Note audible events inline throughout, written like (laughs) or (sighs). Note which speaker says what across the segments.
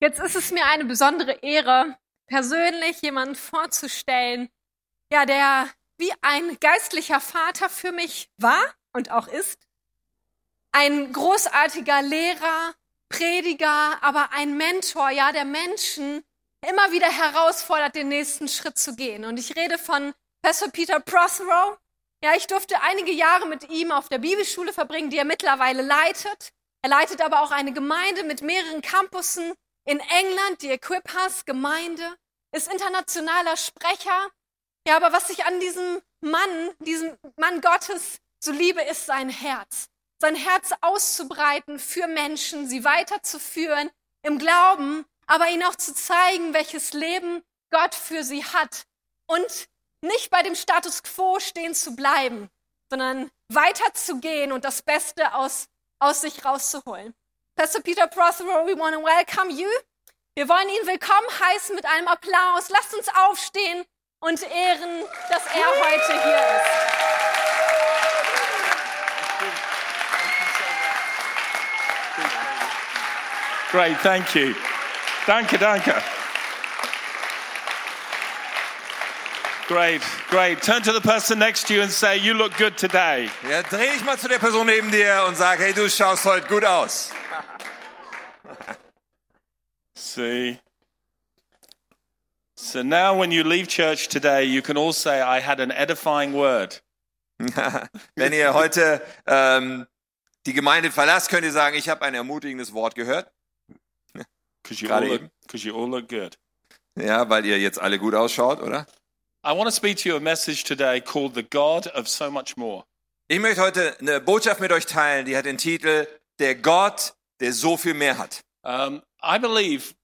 Speaker 1: Jetzt ist es mir eine besondere Ehre, persönlich jemanden vorzustellen, ja, der wie ein geistlicher Vater für mich war und auch ist. Ein großartiger Lehrer, Prediger, aber ein Mentor, ja, der Menschen immer wieder herausfordert, den nächsten Schritt zu gehen. Und ich rede von Pastor Peter Prothero. Ja, ich durfte einige Jahre mit ihm auf der Bibelschule verbringen, die er mittlerweile leitet. Er leitet aber auch eine Gemeinde mit mehreren Campussen in England, die Equipas Gemeinde, ist internationaler Sprecher. Ja, aber was ich an diesem Mann, diesem Mann Gottes so liebe, ist sein Herz. Sein Herz auszubreiten für Menschen, sie weiterzuführen im Glauben, aber ihnen auch zu zeigen, welches Leben Gott für sie hat und nicht bei dem Status quo stehen zu bleiben, sondern weiterzugehen und das Beste aus, aus sich rauszuholen. Pastor Peter Prothero, we want to welcome you. Wir wollen ihn willkommen heißen mit einem Applaus. Lasst uns aufstehen und ehren, dass er heute hier ist.
Speaker 2: Great, thank you. Danke, danke. Great, great. Turn to the person next to you and say, You look good today.
Speaker 3: Ja, dreh dich mal zu der Person neben dir und sag, hey, du schaust heute gut aus. (laughs)
Speaker 2: See? So now, when you leave church today, you can all say, I had an edifying word.
Speaker 3: Wenn ihr heute ähm, die Gemeinde verlasst, könnt ihr sagen, ich habe ein ermutigendes Wort gehört.
Speaker 2: Because you, all
Speaker 3: Gerade
Speaker 2: look-
Speaker 3: eben.
Speaker 2: 'cause you all look good.
Speaker 3: Ja, weil ihr jetzt alle gut ausschaut, oder?
Speaker 2: I want to speak to you a message today called The God of So Much More.
Speaker 3: Ich möchte heute eine Botschaft mit euch teilen, die hat den Titel Der Gott, der so viel mehr hat.
Speaker 2: Um, I believe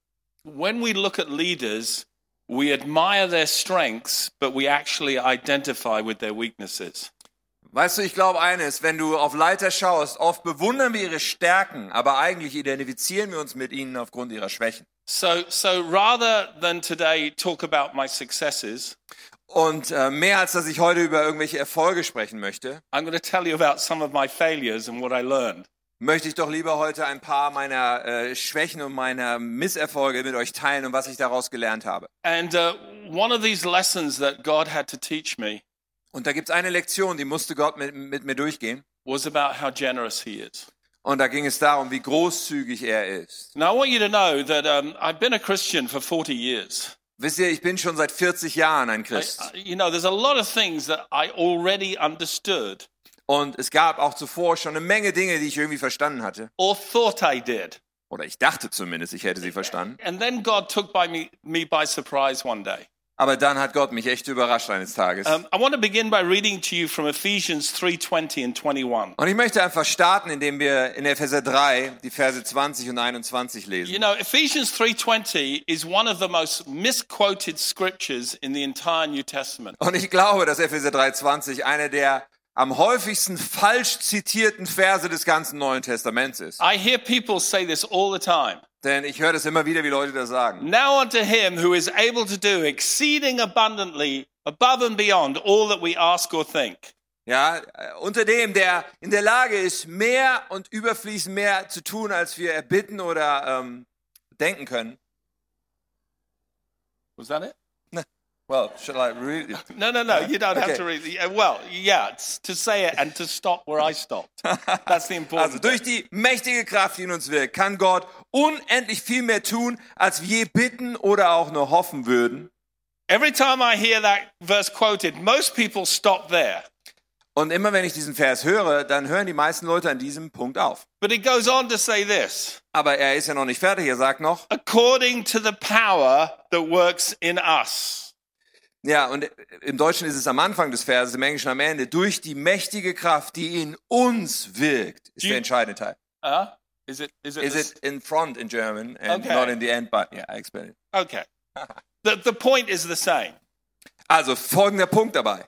Speaker 2: when we look at leaders, we admire their strengths, but we actually identify with their weaknesses.
Speaker 3: Weißt du, ich glaube eines, wenn du auf Leiter schaust, oft bewundern wir ihre Stärken, aber eigentlich identifizieren wir uns mit ihnen aufgrund ihrer Schwächen.
Speaker 2: So, so rather than today talk about my successes,
Speaker 3: Und äh, mehr als dass ich heute über irgendwelche Erfolge sprechen möchte,
Speaker 2: I'm going to tell you about some of my failures and what I learned.
Speaker 3: möchte ich doch lieber heute ein paar meiner äh, Schwächen und meiner Misserfolge mit euch teilen und was ich daraus gelernt habe.
Speaker 2: And uh, one of these lessons that God had to teach me
Speaker 3: Und da gibt's eine Lektion, die musste Gott mit, mit mir durchgehen.
Speaker 2: was about how generous He is.
Speaker 3: Und da ging es darum, wie großzügig er ist.
Speaker 2: Now, I want you to know that um, I've been a Christian for 40 years.
Speaker 3: Wisst ihr, ich bin schon seit 40 Jahren ein
Speaker 2: I,
Speaker 3: Christ.
Speaker 2: I- you know, there's a lot of things that I already understood
Speaker 3: Und es gab auch zuvor schon eine Menge Dinge, die ich irgendwie verstanden hatte.
Speaker 2: or thought I did.
Speaker 3: Oder ich dachte zumindest, ich hätte sie verstanden.
Speaker 2: And then God took by me, me by surprise one day.
Speaker 3: Aber dann hat Gott mich echt überrascht eines Tages.
Speaker 2: Um, I want to begin by reading to you from Ephesians 3:20 and 21.
Speaker 3: Und ich möchte einfach starten, indem wir in Epheser 3 die Verse 20 und 21
Speaker 2: You
Speaker 3: lesen.
Speaker 2: know, Ephesians 3:20 is one of the most misquoted scriptures in the entire New Testament.
Speaker 3: Und ich glaube, dass Epheser 3,20 einer der am häufigsten falsch zitierten Verse des ganzen Neuen Testaments ist.
Speaker 2: I hear people say this all the time.
Speaker 3: Denn ich höre das immer wieder, wie Leute das sagen.
Speaker 2: Now unto him who is able to do exceeding abundantly above and beyond all that we ask or think.
Speaker 3: Ja, äh, unter dem, der in der Lage ist, mehr und überfließend mehr zu tun, als wir erbitten oder ähm, denken können.
Speaker 2: Was that it?
Speaker 3: Well, shall I read it?
Speaker 2: No, no, no. You don't have
Speaker 3: Okay.
Speaker 2: to read. yeah, Well, yeah, it's to say it and to stop where I
Speaker 3: (laughs)
Speaker 2: stopped. That's the
Speaker 3: Also
Speaker 2: important.
Speaker 3: durch die mächtige Kraft, die in uns wirkt, kann Gott unendlich viel mehr tun, als wir je bitten oder auch nur hoffen würden.
Speaker 2: Every time I hear that verse quoted, most people stop there.
Speaker 3: Und immer wenn ich diesen Vers höre, dann hören die meisten Leute an diesem Punkt auf.
Speaker 2: But it goes on to say this
Speaker 3: Aber er ist ja noch nicht fertig. Er sagt noch,
Speaker 2: according to the power that works in us.
Speaker 3: ja, und im Deutschen ist es am Anfang des Verses, im Englischen am Ende, durch die mächtige Kraft, die in uns wirkt, ist
Speaker 2: Die-
Speaker 3: der entscheidende Teil.
Speaker 2: Uh, is it? Is it?
Speaker 3: Is
Speaker 2: this-
Speaker 3: it in front in German and
Speaker 2: Okay.
Speaker 3: not in the end, but yeah, I explain it.
Speaker 2: Okay. the, the point is the same.
Speaker 3: Also folgender Punkt dabei.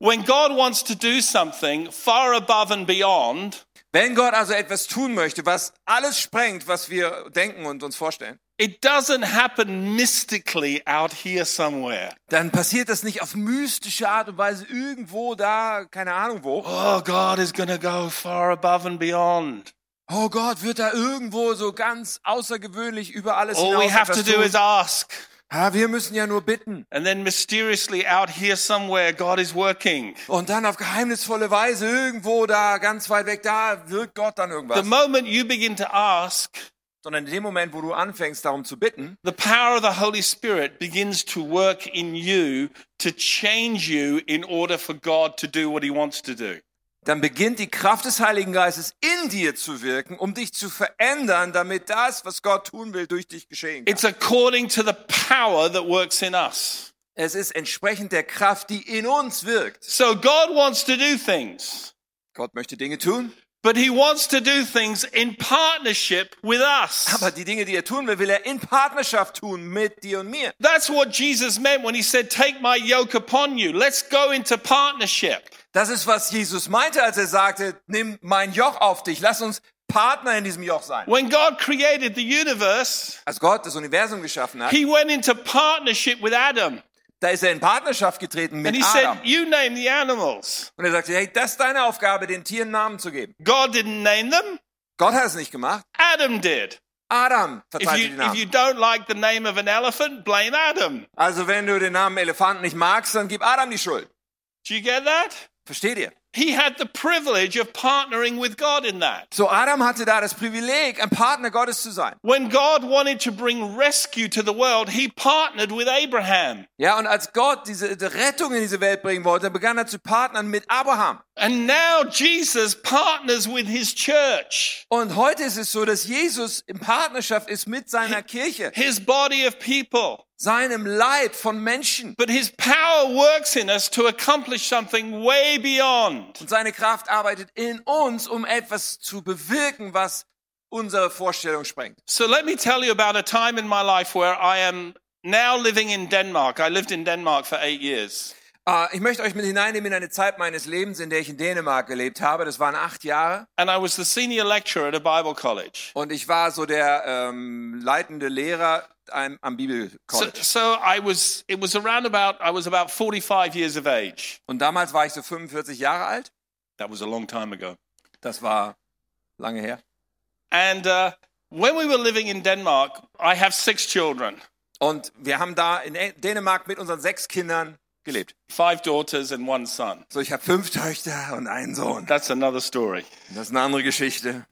Speaker 2: When God wants to do something far above and beyond,
Speaker 3: Wenn Gott also etwas tun möchte, was alles sprengt, was wir denken und uns vorstellen,
Speaker 2: it doesn't happen mystically out here somewhere.
Speaker 3: dann passiert das nicht auf mystische Art und Weise irgendwo da, keine Ahnung wo,
Speaker 2: Oh, God is going to go far above and beyond.
Speaker 3: Oh Gott, wird da irgendwo so ganz außergewöhnlich über alles
Speaker 2: All we
Speaker 3: hinaus
Speaker 2: have to
Speaker 3: etwas
Speaker 2: do
Speaker 3: tun?
Speaker 2: is ask.
Speaker 3: Ah, wir müssen ja nur bitten.
Speaker 2: And then mysteriously out here somewhere, God is working.
Speaker 3: Und dann auf geheimnisvolle Weise irgendwo da ganz weit weg, da wirkt Gott dann
Speaker 2: The
Speaker 3: irgendwas.
Speaker 2: moment you begin to ask,
Speaker 3: Sondern in dem Moment, wo du anfängst, darum zu bitten,
Speaker 2: the power of the Holy Spirit begins to work in you to change you in order for God to do what he wants to do.
Speaker 3: dann beginnt die Kraft des Heiligen Geistes in dir zu wirken, um dich zu verändern, damit das, was Gott tun will, durch dich geschehen kann.
Speaker 2: It's according to the power that works in us.
Speaker 3: Es ist entsprechend der Kraft, die in uns wirkt.
Speaker 2: So God wants to do things,
Speaker 3: Gott möchte Dinge tun,
Speaker 2: but he wants to do things in partnership with us.
Speaker 3: aber die Dinge, die er tun will, will er in Partnerschaft tun mit dir und mir.
Speaker 2: That's what Jesus meant when he said, Take my yoke upon you. Let's go into partnership.
Speaker 3: Das ist, was Jesus meinte, als er sagte, nimm mein Joch auf dich, lass uns Partner in diesem Joch sein.
Speaker 2: When God created the universe,
Speaker 3: Als Gott das Universum geschaffen hat,
Speaker 2: he went into partnership with Adam.
Speaker 3: da ist er in Partnerschaft getreten
Speaker 2: And
Speaker 3: mit
Speaker 2: he
Speaker 3: Adam.
Speaker 2: said, You name the animals.
Speaker 3: Und er sagte, hey, das ist deine Aufgabe, den Tieren Namen zu geben.
Speaker 2: God didn't name them,
Speaker 3: Gott hat es nicht gemacht,
Speaker 2: Adam did.
Speaker 3: Adam
Speaker 2: If
Speaker 3: verteilte
Speaker 2: you,
Speaker 3: die
Speaker 2: if you
Speaker 3: Namen.
Speaker 2: don't like the name of an elephant, blame Adam.
Speaker 3: Also wenn du den Namen Elefant nicht magst, dann gib Adam die Schuld.
Speaker 2: Do you get that?
Speaker 3: Versteht ihr?
Speaker 2: He had the privilege of partnering with God in that.
Speaker 3: So Adam hatte da das Privileg, ein Partner Gottes zu sein.
Speaker 2: When God wanted to bring rescue to the world, he partnered with Abraham.
Speaker 3: Ja, und als Gott diese die Rettung in diese Welt bringen wollte, begann er zu partnern mit Abraham.
Speaker 2: And now Jesus partners with his church,
Speaker 3: Und heute ist es so, dass Jesus in Partnerschaft ist mit seiner Kirche,
Speaker 2: his body of people.
Speaker 3: seinem Leib von Menschen.
Speaker 2: But his power works in us to accomplish something way beyond.
Speaker 3: Und seine Kraft arbeitet in uns, um etwas zu bewirken, was unsere Vorstellung sprengt.
Speaker 2: So let me tell you about a time in my life where I am now living in Denmark. I lived in Denmark for eight years.
Speaker 3: Äh, ich möchte euch mit hineinnehmen in eine Zeit meines Lebens, in der ich in Dänemark gelebt habe. Das waren acht Jahre.
Speaker 2: And I was the senior lecturer at a Bible college.
Speaker 3: Und ich war so der ähm, leitende Lehrer am, am
Speaker 2: So,
Speaker 3: Bibelcollege.
Speaker 2: so I was, it was around about, I was about 45 years of age.
Speaker 3: Und damals war ich so 45 Jahre alt.
Speaker 2: That was a long time ago.
Speaker 3: Das war lange her.
Speaker 2: And uh, when we were living in Denmark, I have six children,
Speaker 3: Und wir haben da in Ä- Dänemark mit unseren sechs Kindern gelebt.
Speaker 2: five daughters and one son.
Speaker 3: So, ich habe fünf Töchter und einen Sohn.
Speaker 2: That's another story.
Speaker 3: Das ist eine andere Geschichte.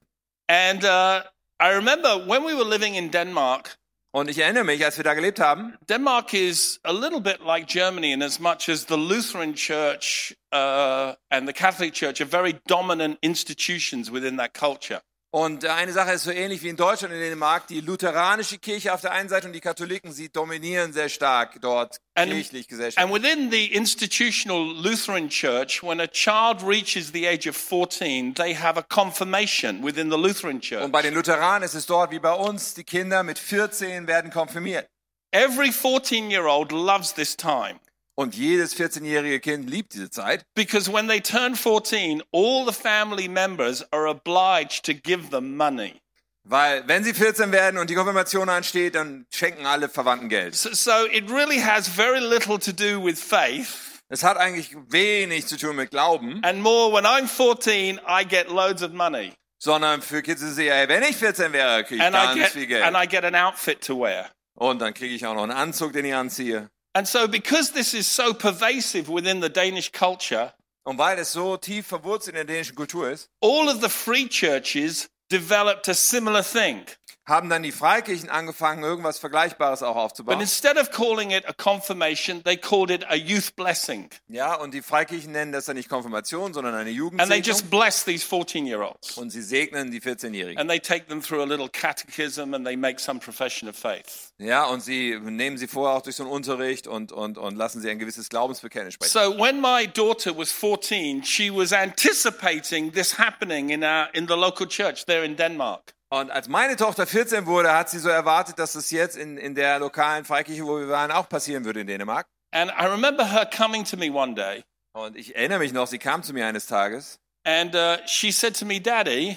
Speaker 2: And uh, I remember when we were living in Denmark,
Speaker 3: Und ich erinnere mich, als wir da gelebt haben,
Speaker 2: Denmark is a little bit like Germany in as much as the Lutheran Church uh, and the Catholic Church are very dominant institutions within that culture.
Speaker 3: und äh, eine Sache ist so ähnlich wie in Deutschland und in Dänemark, die lutheranische Kirche auf der einen Seite und die Katholiken, sie dominieren sehr stark dort
Speaker 2: And-
Speaker 3: kirchlich, gesellschaftlich.
Speaker 2: And within the institutional Lutheran Church, when a child reaches the age of 14, they have a confirmation within the Lutheran Church.
Speaker 3: Und bei den Lutheranern ist es dort wie bei uns, die Kinder mit 14 werden konfirmiert.
Speaker 2: Every 14 year old loves this time
Speaker 3: Und jedes 14-jährige Kind liebt diese Zeit,
Speaker 2: because when they turn 14, all the family members are obliged to give them money.
Speaker 3: weil wenn sie 14 werden und die Konfirmation ansteht, dann schenken alle Verwandten Geld.
Speaker 2: So, so it really has very little to do with faith.
Speaker 3: Es hat eigentlich wenig zu tun mit Glauben.
Speaker 2: And more, when I'm 14, I get loads of money
Speaker 3: sondern für Kids ist es eher, ey, wenn ich 14 wäre, kriege ich
Speaker 2: and I, get,
Speaker 3: ganz viel
Speaker 2: and
Speaker 3: Geld.
Speaker 2: I get an outfit to wear.
Speaker 3: Und dann kriege ich auch noch einen Anzug, den ich anziehe.
Speaker 2: And so, because this is so pervasive within the Danish culture,
Speaker 3: Und weil es so tief verwurzelt in der dänischen Kultur ist,
Speaker 2: all of the free churches developed a similar thing.
Speaker 3: haben dann die Freikirchen angefangen, irgendwas Vergleichbares auch
Speaker 2: But
Speaker 3: aufzubauen.
Speaker 2: instead of calling it a confirmation, they called it a youth blessing.
Speaker 3: Ja, und die Freikirchen nennen das dann nicht Konfirmation, sondern eine
Speaker 2: And they just
Speaker 3: Jugendsegnung.
Speaker 2: bless these 14 year olds.
Speaker 3: Und sie segnen die 14-Jährigen.
Speaker 2: And they take them through a little catechism and they make some profession of faith.
Speaker 3: Ja, und sie nehmen sie vorher auch durch so einen Unterricht und, und, und lassen sie ein gewisses Glaubensbekenntnis sprechen.
Speaker 2: So when my daughter was 14, she was anticipating this happening in, our, in the local church there in Denmark.
Speaker 3: Und als meine Tochter 14 wurde, hat sie so erwartet, dass das jetzt in, in der lokalen Freikirche, wo wir waren, auch passieren würde in Dänemark.
Speaker 2: And I remember her coming to me one day
Speaker 3: Und ich erinnere mich noch, sie kam zu mir eines Tages
Speaker 2: and uh, she said to me, Daddy,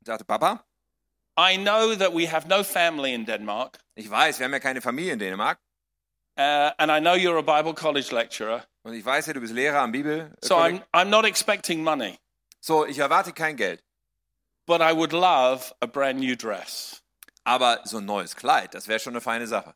Speaker 3: und sagte, Papa,
Speaker 2: I know that we have no family in Denmark.
Speaker 3: ich weiß, wir haben ja keine Familie in Dänemark.
Speaker 2: Uh, and I know you're a Bible college lecturer,
Speaker 3: Und ich weiß ja, du bist Lehrer am Bibel. äh,
Speaker 2: ähm, so I'm, I'm not expecting money.
Speaker 3: so, ich erwarte kein Geld.
Speaker 2: but I would love a brand new dress.
Speaker 3: Aber so ein neues Kleid, das wäre schon eine feine Sache.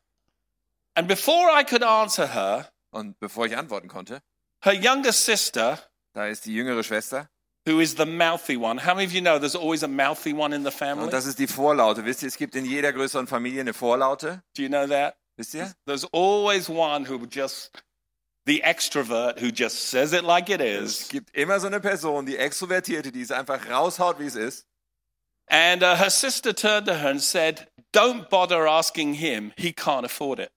Speaker 2: And before I could answer her,
Speaker 3: Und bevor ich antworten konnte,
Speaker 2: her younger sister,
Speaker 3: da ist die jüngere Schwester.
Speaker 2: who is the mouthy one, how many of you know there's always a mouthy one in the
Speaker 3: Und
Speaker 2: family?
Speaker 3: das ist die Vorlaute. Wisst ihr, es gibt in jeder größeren Familie eine Vorlaute.
Speaker 2: Do you know that?
Speaker 3: Wisst ihr?
Speaker 2: There's always one who just, the extrovert who just says it like it
Speaker 3: Es
Speaker 2: is.
Speaker 3: gibt immer so eine Person, die Extrovertierte, die es einfach raushaut, wie es ist.
Speaker 2: And uh, her sister turned to her and said, Don't bother asking him, he can't afford it.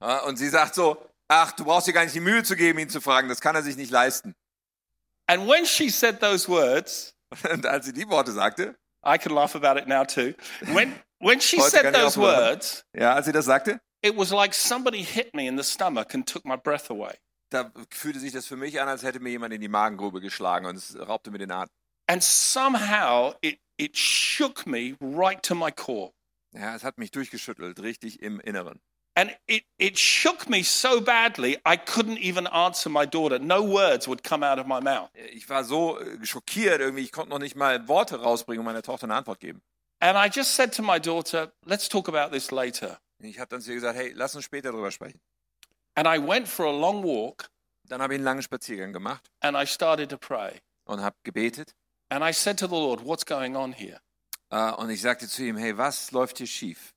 Speaker 3: Ja, Und sie sagt so, ach, du brauchst dir gar nicht die Mühe zu geben, ihn zu fragen. Das kann er sich nicht leisten. (laughs)
Speaker 2: And when she said those words,
Speaker 3: Und als sie die Worte sagte,
Speaker 2: I can laugh about it now too. When, when she
Speaker 3: Heute
Speaker 2: said
Speaker 3: kann ich
Speaker 2: those
Speaker 3: auch lachen.
Speaker 2: words,
Speaker 3: ja, als sie das sagte,
Speaker 2: it was like somebody hit me in the stomach and took my breath away.
Speaker 3: da fühlte sich das für mich an, als hätte mir jemand in die Magengrube geschlagen und es raubte mir den Atem.
Speaker 2: And somehow it, it shook me right to my core.
Speaker 3: Ja, es hat mich durchgeschüttelt, richtig im Inneren.
Speaker 2: And it, it shook me so badly, I couldn't even answer my daughter. No words would come out of my mouth.
Speaker 3: Ich war so äh, schockiert irgendwie, ich konnte noch nicht mal Worte rausbringen und meiner Tochter eine Antwort geben.
Speaker 2: And I just said to my daughter, let's talk about this later.
Speaker 3: Ich habe dann zu ihr gesagt, hey, lass uns später drüber sprechen.
Speaker 2: And I went for a long walk
Speaker 3: Dann habe ich einen langen Spaziergang gemacht
Speaker 2: and I started to pray.
Speaker 3: und habe gebetet.
Speaker 2: And I said to the Lord, what's going on here?
Speaker 3: Äh, Und ich sagte zu ihm, hey, was läuft hier schief?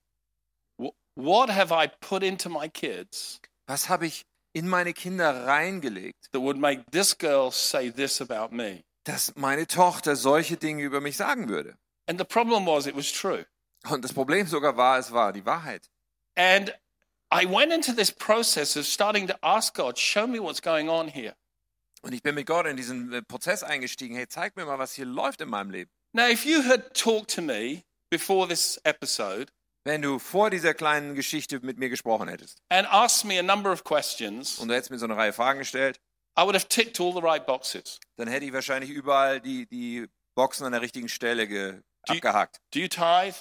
Speaker 2: Wh- What have I put into my kids
Speaker 3: Was habe ich in meine Kinder reingelegt,
Speaker 2: that would make this girl say this about me?
Speaker 3: dass meine Tochter solche Dinge über mich sagen würde?
Speaker 2: And the problem was, it was true.
Speaker 3: Und das Problem sogar war, es war die Wahrheit.
Speaker 2: And I went into this process of starting to ask God, show me what's going on here.
Speaker 3: Und ich bin mit Gott in diesen äh, Prozess eingestiegen. Hey, zeig mir mal, was hier läuft in meinem Leben.
Speaker 2: Now, if you had talked to me before this episode
Speaker 3: Wenn du vor dieser kleinen Geschichte mit mir gesprochen hättest
Speaker 2: and asked me a number of questions,
Speaker 3: und du hättest mir so eine Reihe Fragen gestellt,
Speaker 2: I would have ticked all the right boxes.
Speaker 3: dann hätte ich wahrscheinlich überall die, die Boxen an der richtigen Stelle ge
Speaker 2: Die-
Speaker 3: abgehakt.
Speaker 2: Do you tithe?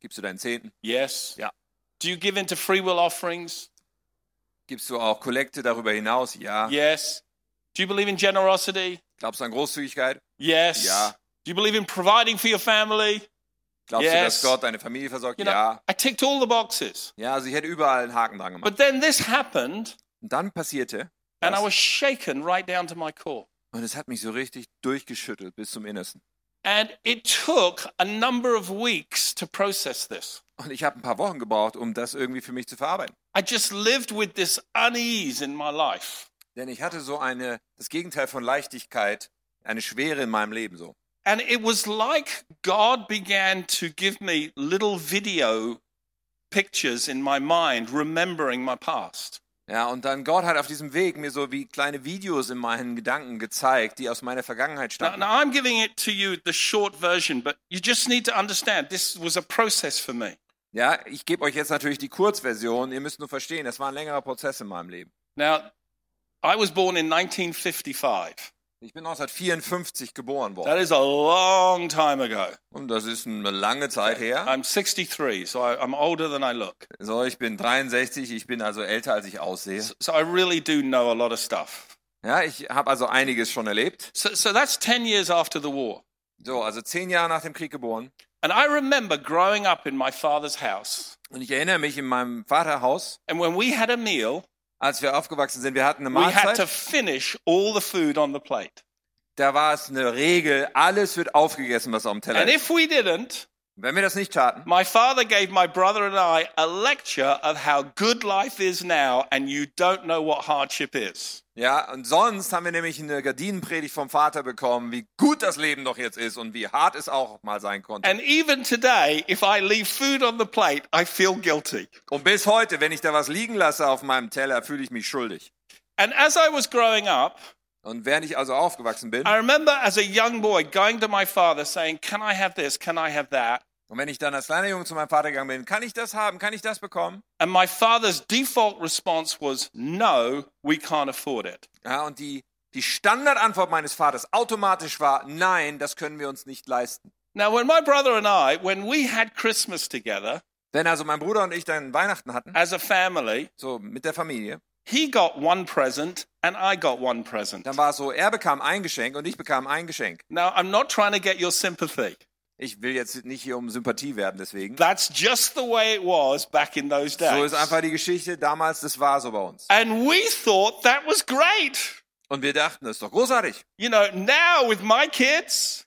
Speaker 3: Gibst du deinen Zehnten?
Speaker 2: Yes.
Speaker 3: Yeah.
Speaker 2: Do you give into free will offerings?
Speaker 3: Gibst du auch Kollekte darüber hinaus? Ja.
Speaker 2: Yes. Do you believe in generosity?
Speaker 3: Glaubst du an Großzügigkeit?
Speaker 2: Yes.
Speaker 3: Yeah.
Speaker 2: Do you believe in providing for your family?
Speaker 3: Glaubst du,
Speaker 2: Yes. Genau.
Speaker 3: dass Gott deine Familie versorgt?
Speaker 2: You know,
Speaker 3: Ja.
Speaker 2: I ticked all the boxes.
Speaker 3: Ja, also ich hätte überall einen Haken dran gemacht.
Speaker 2: But then this happened,
Speaker 3: Und dann passierte,
Speaker 2: and I
Speaker 3: das.
Speaker 2: was shaken right down to my core.
Speaker 3: und es hat mich so richtig durchgeschüttelt bis zum Innersten.
Speaker 2: And it took a number of weeks to process this.
Speaker 3: Und ich habe ein paar Wochen gebraucht, um das irgendwie für mich zu verarbeiten.
Speaker 2: I just lived with this unease in my life.
Speaker 3: Denn ich hatte so eine, das Gegenteil von Leichtigkeit, eine Schwere in meinem Leben so.
Speaker 2: And it was like God began to give me little video pictures in my mind, remembering my past.
Speaker 3: Ja, und dann Gott hat auf diesem Weg mir so wie kleine Videos in meinen Gedanken gezeigt, die aus meiner Vergangenheit
Speaker 2: Now,
Speaker 3: stammen.
Speaker 2: now I'm giving it to you the short version, but you just need to understand this was a process for me.
Speaker 3: Ja, ich gebe euch jetzt natürlich die Kurzversion. Ihr müsst nur verstehen, das war ein längerer Prozess in meinem Leben.
Speaker 2: Now, I was born in 1955.
Speaker 3: Ich bin 1954 geboren
Speaker 2: That
Speaker 3: worden.
Speaker 2: is a long time ago.
Speaker 3: Und das ist eine lange Zeit her.
Speaker 2: I'm 63, so I, I'm older than I look.
Speaker 3: So, ich bin 63, ich bin also älter, als ich aussehe.
Speaker 2: So, so I really do know a lot of stuff.
Speaker 3: Ja, ich habe also einiges schon erlebt.
Speaker 2: So, so that's 10 years after the war.
Speaker 3: So, also zehn Jahre nach dem Krieg geboren.
Speaker 2: And I remember growing up in my father's house.
Speaker 3: Und ich erinnere mich in meinem Vaterhaus,
Speaker 2: And when we had a meal,
Speaker 3: als wir aufgewachsen sind, wir hatten eine
Speaker 2: we had to
Speaker 3: Mahlzeit.
Speaker 2: finish all the food on the plate.
Speaker 3: Da war es eine Regel, alles wird aufgegessen, was auf dem Teller
Speaker 2: And
Speaker 3: ist.
Speaker 2: if we didn't,
Speaker 3: Wenn wir das nicht taten,
Speaker 2: my father gave my brother and I a lecture of how good life is now and you don't know what hardship is.
Speaker 3: ja, und sonst haben wir nämlich eine Gardinenpredigt vom Vater bekommen, wie gut das Leben doch jetzt ist und wie hart es auch mal sein konnte.
Speaker 2: And even today, if I leave food on the plate, I feel guilty.
Speaker 3: Und bis heute, wenn ich da was liegen lasse auf meinem Teller, fühle ich mich schuldig.
Speaker 2: And as I was growing up,
Speaker 3: Und während ich also aufgewachsen bin,
Speaker 2: I remember as a young boy going to my father saying, Can I have this? Can I have that?
Speaker 3: und wenn ich dann als kleiner Junge zu meinem Vater gegangen bin, kann ich das haben, kann ich das bekommen?
Speaker 2: And my father's default response was, No, we can't afford it.
Speaker 3: Ja, und die, die Standardantwort meines Vaters automatisch war, nein, das können wir uns nicht leisten.
Speaker 2: Now, when my brother and I, when we had Christmas together
Speaker 3: Wenn also mein Bruder und ich dann Weihnachten hatten,
Speaker 2: as a family,
Speaker 3: so mit der Familie,
Speaker 2: he got one present and I got one present.
Speaker 3: dann war es so, er bekam ein Geschenk und ich bekam ein Geschenk.
Speaker 2: Now, I'm not trying to get your sympathy,
Speaker 3: Ich will jetzt nicht hier um Sympathie werden, deswegen.
Speaker 2: That's just the way it was back in those
Speaker 3: So
Speaker 2: days.
Speaker 3: ist einfach die Geschichte. Damals, das war so bei uns.
Speaker 2: And we thought that was great.
Speaker 3: Und wir dachten, das ist doch großartig.
Speaker 2: You know, now with my kids,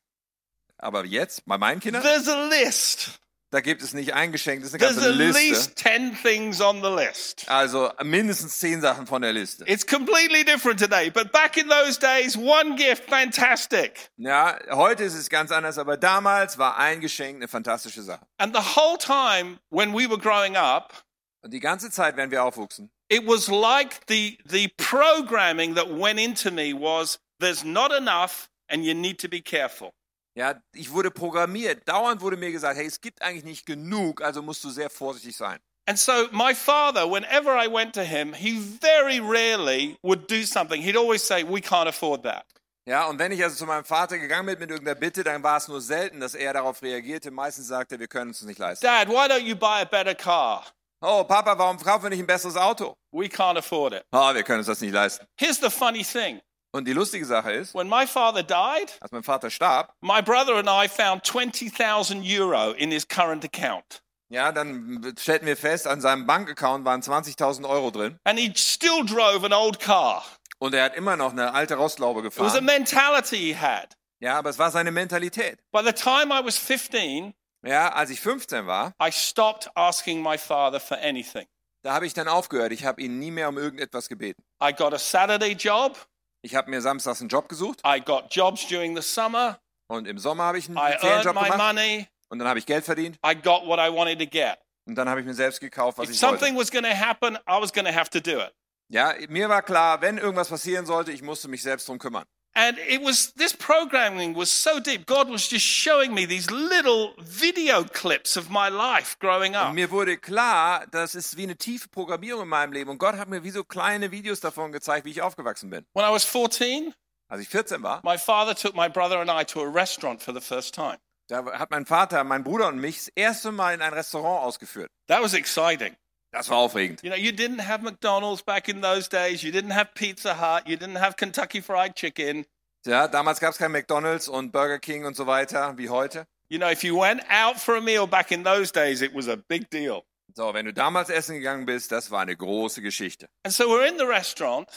Speaker 3: Aber jetzt, bei meinen Kindern,
Speaker 2: there's a list.
Speaker 3: da gibt es nicht ein Geschenk, das ist eine
Speaker 2: There's
Speaker 3: ganze
Speaker 2: at
Speaker 3: Liste.
Speaker 2: least 10 things on the list.
Speaker 3: Also mindestens zehn Sachen von der Liste.
Speaker 2: It's completely different today, but back in those days, one gift, fantastic.
Speaker 3: Ja, heute ist es ganz anders, aber damals war ein Geschenk eine fantastische Sache.
Speaker 2: And the whole time when we were growing up,
Speaker 3: Und die ganze Zeit, während wir aufwuchsen,
Speaker 2: it was like the the programming that went into me was there's not enough and you need to be careful.
Speaker 3: ja, ich wurde programmiert. Dauernd wurde mir gesagt, hey, es gibt eigentlich nicht genug, also musst du sehr vorsichtig sein.
Speaker 2: And so my father, whenever I went to him, he very rarely would do something. He'd always say, "We can't afford that."
Speaker 3: Ja, und wenn ich also zu meinem Vater gegangen bin mit irgendeiner Bitte, dann war es nur selten, dass er darauf reagierte. Meistens sagte er, wir können es uns nicht leisten.
Speaker 2: "Dad, why don't you buy a better car?"
Speaker 3: Oh, Papa, warum kaufen wir nicht ein besseres Auto?
Speaker 2: "We can't afford it."
Speaker 3: Oh, wir können uns das nicht leisten.
Speaker 2: Here's the funny thing.
Speaker 3: Und die lustige Sache ist,
Speaker 2: When my father died,
Speaker 3: als mein Vater starb,
Speaker 2: my brother and I found 20,000 euro in his current account.
Speaker 3: ja, dann stellten wir fest, an seinem Bankaccount waren 20.000 Euro drin.
Speaker 2: And he still drove an old car.
Speaker 3: Und er hat immer noch eine alte Rostlaube
Speaker 2: It was a
Speaker 3: gefahren.
Speaker 2: mentality he had.
Speaker 3: Ja, aber es war seine Mentalität.
Speaker 2: By the time I was 15,
Speaker 3: Ja, als ich 15 war,
Speaker 2: I stopped asking my father for anything.
Speaker 3: da habe ich dann aufgehört. Ich habe ihn nie mehr um irgendetwas gebeten.
Speaker 2: I got a Saturday job.
Speaker 3: Ich habe mir samstags einen Job gesucht
Speaker 2: I got jobs during the summer.
Speaker 3: und im Sommer habe ich einen
Speaker 2: I earned
Speaker 3: Ferienjob
Speaker 2: my
Speaker 3: gemacht
Speaker 2: money.
Speaker 3: und dann habe ich Geld verdient
Speaker 2: I got what I wanted to get.
Speaker 3: und dann habe ich mir selbst gekauft, was
Speaker 2: If
Speaker 3: ich wollte.
Speaker 2: something was going to happen, I was going to have to do it.
Speaker 3: Ja, mir war klar, wenn irgendwas passieren sollte, ich musste mich selbst drum kümmern.
Speaker 2: And it was this programming was so deep. God was just showing me these little video clips of my life growing
Speaker 3: Und
Speaker 2: up.
Speaker 3: mir wurde klar, das ist wie eine tiefe Programmierung in meinem Leben und Gott hat mir wie so kleine Videos davon gezeigt, wie ich aufgewachsen bin.
Speaker 2: When I was 14,
Speaker 3: Als ich 14 war,
Speaker 2: my father took my brother and I to a restaurant for the first time.
Speaker 3: da hat mein Vater, mein Bruder und mich das erste Mal in ein Restaurant ausgeführt.
Speaker 2: That was exciting.
Speaker 3: Das war aufregend.
Speaker 2: You know, you didn't have McDonald's back in those days. You didn't have Pizza Hut. You didn't have Kentucky Fried Chicken.
Speaker 3: Ja, damals gab es kein McDonalds und Burger King und so weiter wie heute.
Speaker 2: You know, if you went out for a meal back in those days, it was a big deal.
Speaker 3: So, wenn du damals essen gegangen bist, das war eine große Geschichte.
Speaker 2: And so we're in the restaurant,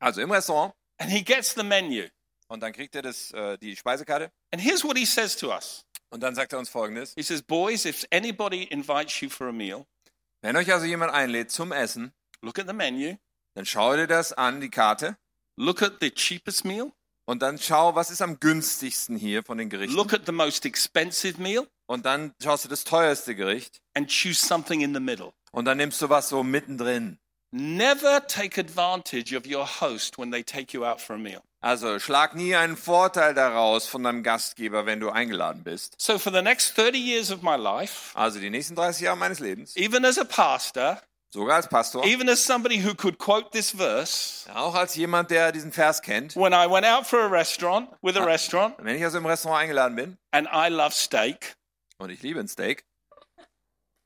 Speaker 3: Also im Restaurant
Speaker 2: and he gets the menu.
Speaker 3: und dann kriegt er das, äh, die Speisekarte
Speaker 2: And here's what he says to us
Speaker 3: und dann sagt er uns folgendes.
Speaker 2: He says, Boys, if anybody invites you for a meal,
Speaker 3: Wenn euch also jemand einlädt zum Essen,
Speaker 2: look at the menu,
Speaker 3: dann schau dir das an, die Karte,
Speaker 2: look at the cheapest meal,
Speaker 3: und dann schau, was ist am günstigsten hier von den Gerichten.
Speaker 2: look at the most expensive meal,
Speaker 3: Und dann schaust du das teuerste Gericht
Speaker 2: and choose something in the middle.
Speaker 3: und dann nimmst du was so mittendrin.
Speaker 2: Never take advantage of your host when they take you out for a meal.
Speaker 3: Also schlag nie einen Vorteil daraus von deinem Gastgeber, wenn du eingeladen bist.
Speaker 2: So, for the next 30 years of my life,
Speaker 3: Also die nächsten 30 Jahre meines Lebens,
Speaker 2: even as a pastor,
Speaker 3: sogar als Pastor,
Speaker 2: even as somebody who could quote this verse,
Speaker 3: Auch als jemand, der diesen Vers kennt.
Speaker 2: when I went out for a restaurant with a restaurant
Speaker 3: Wenn ich also im Restaurant eingeladen bin
Speaker 2: and I love steak.
Speaker 3: und ich liebe ein Steak,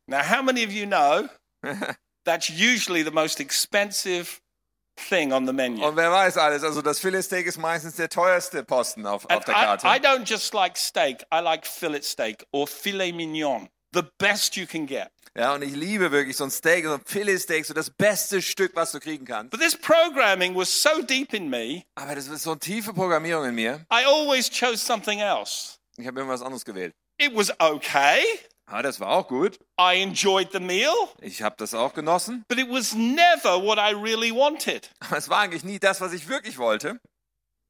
Speaker 2: Now, how many of you (laughs) know that's usually the most expensive thing on the menu?
Speaker 3: und wer weiß alles, also das Filetsteak ist meistens der teuerste Posten auf, auf
Speaker 2: And
Speaker 3: der
Speaker 2: I,
Speaker 3: Karte.
Speaker 2: I don't just like steak, I like fillet steak or filet mignon, the best you can get.
Speaker 3: ja, und ich liebe wirklich so ein Steak, so ein Filetsteak, so das beste Stück, was du kriegen kannst.
Speaker 2: But this programming was so deep in me,
Speaker 3: Aber das ist so eine tiefe Programmierung in mir.
Speaker 2: I always chose something else.
Speaker 3: Ich habe immer was anderes gewählt.
Speaker 2: It was okay,
Speaker 3: Ah, das war auch gut.
Speaker 2: I enjoyed the meal,
Speaker 3: Ich habe das auch genossen. (laughs)
Speaker 2: but it was never what I really wanted.
Speaker 3: Aber es war eigentlich nie das, was ich wirklich wollte.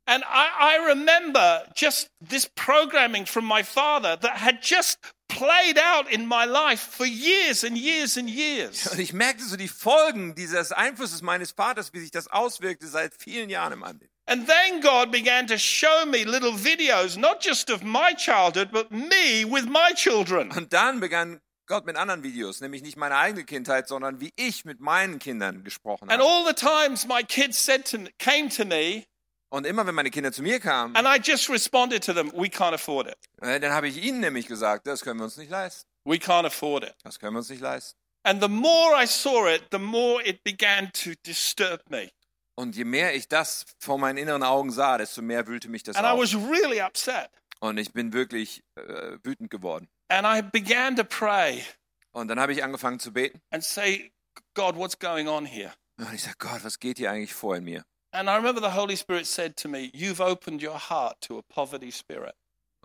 Speaker 2: And I, I remember just this programming from my father that had just played out in my life for years and years and years.
Speaker 3: (laughs) Und ich merkte so die Folgen dieses Einflusses meines Vaters, wie sich das auswirkte seit vielen Jahren in meinem Leben.
Speaker 2: And then God began to show me little videos, not just of my childhood, but me with my children.
Speaker 3: Und dann begann Gott mit anderen Videos, nämlich nicht meine eigene Kindheit, sondern wie ich mit meinen Kindern gesprochen
Speaker 2: And
Speaker 3: habe.
Speaker 2: all the times my kids said to me, came to me,
Speaker 3: Und immer wenn meine Kinder zu mir kamen,
Speaker 2: and I just responded to them, we can't afford it.
Speaker 3: äh, dann habe ich ihnen nämlich gesagt, das können wir uns nicht leisten.
Speaker 2: We can't afford it.
Speaker 3: Das können wir uns nicht leisten.
Speaker 2: And the more I saw it, the more it began to disturb me.
Speaker 3: Und je mehr ich das vor meinen inneren Augen sah, desto mehr wühlte mich das
Speaker 2: And I
Speaker 3: auf.
Speaker 2: was really upset.
Speaker 3: Und ich bin wirklich äh, wütend geworden.
Speaker 2: And I began to pray
Speaker 3: Und dann habe ich angefangen zu beten.
Speaker 2: and say, God, what's going on here?
Speaker 3: Und ich sage, Gott, was geht hier eigentlich vor in mir?
Speaker 2: And I remember the Holy Spirit said to me, You've opened your heart to a poverty spirit.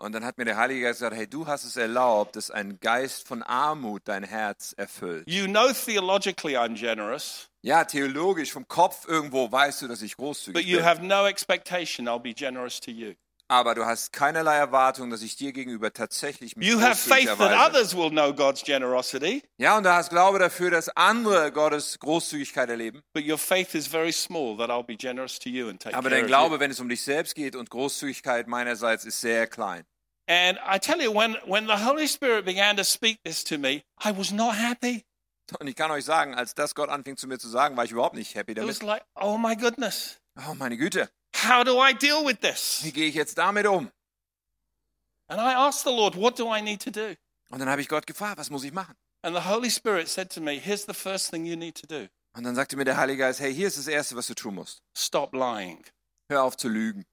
Speaker 3: Und dann hat mir der Heilige Geist gesagt, hey, du hast es erlaubt, dass ein Geist von Armut dein Herz erfüllt.
Speaker 2: You know theologically I'm generous,
Speaker 3: Ja, theologisch, vom Kopf irgendwo weißt du, dass ich großzügig
Speaker 2: but you
Speaker 3: bin.
Speaker 2: have no expectation I'll be generous to you.
Speaker 3: Aber du hast keinerlei Erwartung, dass ich dir gegenüber tatsächlich mich
Speaker 2: You have
Speaker 3: großzügig
Speaker 2: faith that
Speaker 3: erweise.
Speaker 2: others will know God's generosity,
Speaker 3: Ja, und du hast Glaube dafür, dass andere Gottes Großzügigkeit erleben.
Speaker 2: but your faith is very small that I'll be generous to you and take
Speaker 3: Aber
Speaker 2: care
Speaker 3: dein
Speaker 2: of you.
Speaker 3: Glaube, wenn es um dich selbst geht und Großzügigkeit meinerseits, ist sehr klein.
Speaker 2: And I tell you, when, when the Holy Spirit began to speak this to me, I was not happy.
Speaker 3: Und ich kann euch sagen, als das Gott anfing zu mir zu sagen, war ich überhaupt nicht happy
Speaker 2: It
Speaker 3: damit.
Speaker 2: was like, oh my goodness,
Speaker 3: Oh, meine Güte,
Speaker 2: how do I deal with this?
Speaker 3: wie gehe ich jetzt damit um?
Speaker 2: And I asked the Lord, what do I need to do?
Speaker 3: Und dann habe ich Gott gefragt, was muss ich machen?
Speaker 2: And the Holy Spirit said to me, here's the first thing you need to do
Speaker 3: Und dann sagte mir der Heilige Geist, hey, hier ist das Erste, was du tun musst.
Speaker 2: stop lying.
Speaker 3: Hör auf zu lügen.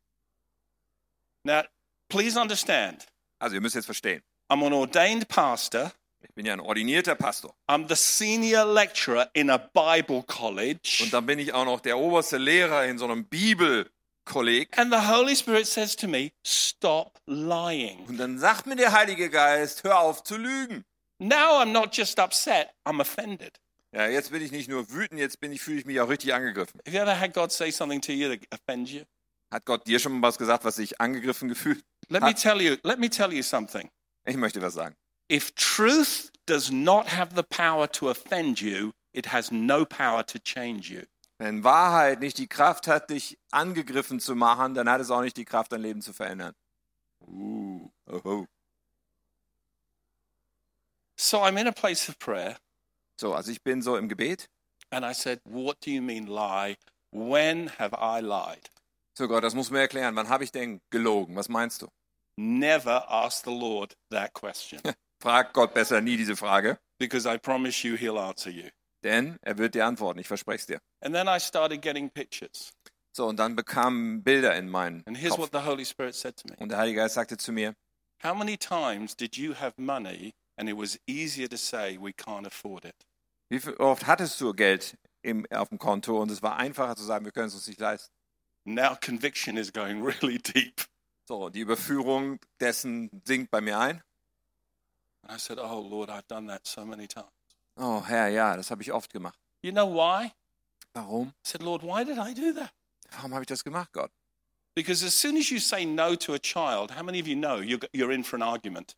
Speaker 2: Now, please understand,
Speaker 3: Also ihr müsst jetzt verstehen,
Speaker 2: I'm an ordained pastor.
Speaker 3: ich bin ja ein ordinierter Pastor.
Speaker 2: I'm the senior lecturer in a Bible
Speaker 3: Und
Speaker 2: college.
Speaker 3: dann bin ich auch noch der oberste Lehrer in so einem Bibelkolleg.
Speaker 2: And the Holy Spirit says to me, stop lying.
Speaker 3: Und dann sagt mir der Heilige Geist, hör auf zu lügen.
Speaker 2: Now I'm not just upset, I'm offended.
Speaker 3: Ja, jetzt bin ich nicht nur wütend, jetzt bin ich, fühle ich mich auch richtig angegriffen.
Speaker 2: Have you ever had God say something to you that offends you?
Speaker 3: Hat Gott dir schon mal was gesagt, was dich angegriffen gefühlt?
Speaker 2: Let me tell you, let me tell you something.
Speaker 3: Ich möchte was sagen.
Speaker 2: If truth does not have the power to offend you, it has no power to change you.
Speaker 3: Wenn Wahrheit nicht die Kraft hat, dich angegriffen zu machen, dann hat es auch nicht die Kraft, dein Leben zu verändern. Uh,
Speaker 2: oh,
Speaker 3: oho.
Speaker 2: So I'm in a place of prayer
Speaker 3: So, also ich bin so im Gebet.
Speaker 2: and I said, What do you mean lie? When have I lied?
Speaker 3: So Gott, das muss mir erklären. Wann habe ich denn gelogen? Was meinst du?
Speaker 2: Never ask the Lord that question
Speaker 3: Frag Gott besser nie diese Frage,
Speaker 2: because I promise you he'll answer you.
Speaker 3: denn er wird dir antworten. Ich verspreche es dir.
Speaker 2: And then I started getting pictures.
Speaker 3: So, und dann bekamen Bilder in meinen
Speaker 2: And here's
Speaker 3: Kopf.
Speaker 2: what the Holy Spirit said to me
Speaker 3: Und der Heilige Geist sagte zu mir,
Speaker 2: How many times did you have money and it was easier to say, We can't afford it?
Speaker 3: wie viel- oft hattest du Geld im, auf dem Konto? Und es war einfacher zu sagen, wir können es uns nicht leisten.
Speaker 2: Now conviction is going (laughs) really deep.
Speaker 3: So, die Überführung dessen sinkt bei mir ein.
Speaker 2: And I said, Oh, Lord, I've done that so many times.
Speaker 3: Oh Herr, ja, das habe ich oft gemacht.
Speaker 2: You know why? I
Speaker 3: Warum?
Speaker 2: said, Lord, why did I do that?
Speaker 3: Warum habe ich das gemacht, Gott?
Speaker 2: Because as soon as you say no to a child, how many of you know you're, you're in for an argument?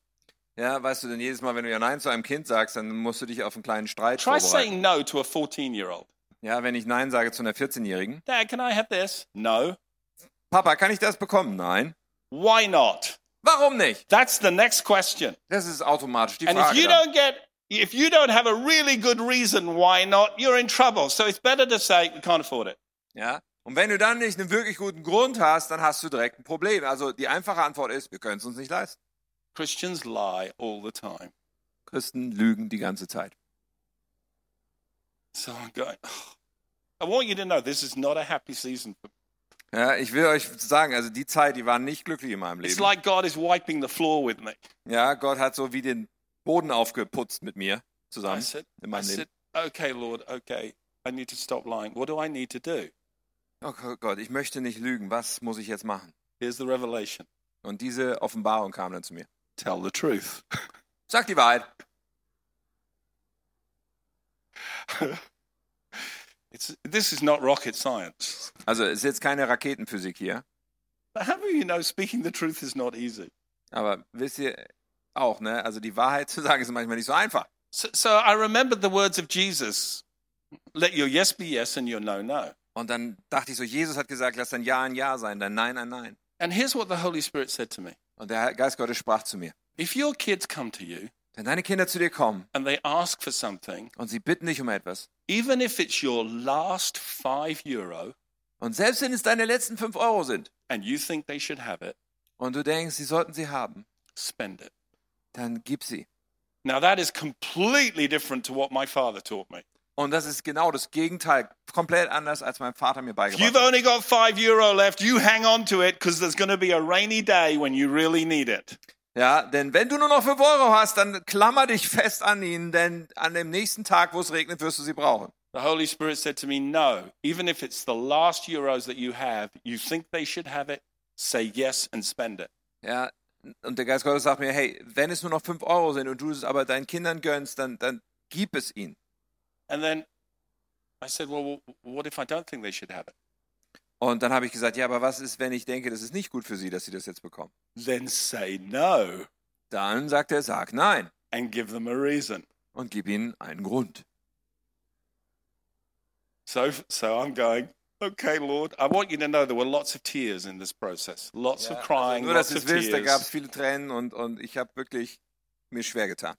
Speaker 3: Ja, weißt du, denn jedes Mal, wenn du ja Nein zu einem Kind sagst, dann musst du dich auf einen kleinen Streit
Speaker 2: Try
Speaker 3: vorbereiten.
Speaker 2: saying no to a 14 year old.
Speaker 3: Ja, wenn ich Nein sage zu einer 14-Jährigen,
Speaker 2: Dad, can I have this? No.
Speaker 3: Papa, kann ich das bekommen? Nein.
Speaker 2: Why not?
Speaker 3: Warum nicht?
Speaker 2: That's the next question.
Speaker 3: Das ist automatisch die
Speaker 2: and if
Speaker 3: Frage.
Speaker 2: you
Speaker 3: Dann.
Speaker 2: don't get, if you don't have a really good reason why not, you're in trouble. So it's better to say, we can't afford it.
Speaker 3: Ja? Und wenn du dann nicht einen wirklich guten Grund hast, dann hast du direkt ein Problem. Also die einfache Antwort ist, wir können es uns nicht leisten.
Speaker 2: Christians lie all the time.
Speaker 3: Christen lügen die ganze Zeit.
Speaker 2: So I'm going, (sighs) I want you to know this is not a happy season for me.
Speaker 3: Ja, ich will euch sagen, also die Zeit, die war nicht glücklich in meinem
Speaker 2: It's
Speaker 3: Leben.
Speaker 2: like God is wiping the floor with me.
Speaker 3: Ja, Gott hat so wie den Boden aufgeputzt mit mir
Speaker 2: I
Speaker 3: zusammen
Speaker 2: said,
Speaker 3: in
Speaker 2: I
Speaker 3: meinem Leben.
Speaker 2: said, okay, Lord, okay, I need to stop lying. What do I need to do?
Speaker 3: Oh Gott, ich möchte nicht lügen. Was muss ich jetzt machen?
Speaker 2: Here's the revelation.
Speaker 3: Und diese Offenbarung kam dann zu mir.
Speaker 2: Tell the truth.
Speaker 3: Sag die Wahrheit.
Speaker 2: (laughs) It's, this is not rocket science.
Speaker 3: Also es ist jetzt keine Raketenphysik hier,
Speaker 2: But how many of you know speaking the truth is not easy?
Speaker 3: aber wisst ihr auch, ne? Also die Wahrheit (laughs) zu sagen ist manchmal nicht so einfach.
Speaker 2: So, so I remembered the words of Jesus let your yes be yes and your no, no.
Speaker 3: Und dann dachte ich so, Jesus hat gesagt, lass dein Ja ein Ja sein, dein Nein ein Nein.
Speaker 2: And here's what the Holy Spirit said to me
Speaker 3: Und der Geist Gottes sprach zu mir,
Speaker 2: If your kids come to you
Speaker 3: wenn deine Kinder zu dir kommen
Speaker 2: and they ask for something,
Speaker 3: und sie bitten dich um etwas,
Speaker 2: even if it's your last five euro
Speaker 3: und selbst wenn es deine letzten fünf Euro sind
Speaker 2: and you think they should have it,
Speaker 3: und du denkst, sie sollten sie haben,
Speaker 2: spend it.
Speaker 3: dann gib sie.
Speaker 2: Now, that is completely different to what my father taught me.
Speaker 3: Und das ist genau das Gegenteil, komplett anders, als mein Vater mir
Speaker 2: If
Speaker 3: beigebracht
Speaker 2: you've
Speaker 3: hat.
Speaker 2: only got five euro left, you hang on to it because there's going to be a rainy day when you really need it.
Speaker 3: Ja, denn wenn du nur noch 5 Euro hast, dann klammer dich fest an ihn, denn an dem nächsten Tag, wo es regnet, wirst du sie brauchen.
Speaker 2: The Holy Spirit said to me, No, even if it's the last euros that you have, you think they should have it, say yes and spend it.
Speaker 3: Ja, und der Geist Gottes sagt mir, hey, wenn es nur noch 5 Euro sind und du es aber deinen Kindern gönnst, dann, dann gib es ihnen.
Speaker 2: And then I said, Well, wh- what if I don't think they should have it?
Speaker 3: Und dann habe ich gesagt, ja, aber was ist, wenn ich denke, das ist nicht gut für sie, dass sie das jetzt bekommen?
Speaker 2: Then say no
Speaker 3: Dann sagt er, sag nein
Speaker 2: and give them a reason.
Speaker 3: und gib ihnen einen Grund.
Speaker 2: So, so I'm going, Okay, Lord, I want you to know there were lots of tears in this process, lots of crying,
Speaker 3: Nur, dass
Speaker 2: lots
Speaker 3: du
Speaker 2: of
Speaker 3: es willst, da gab
Speaker 2: tears.
Speaker 3: es viele Tränen und, und ich habe wirklich mir schwer getan.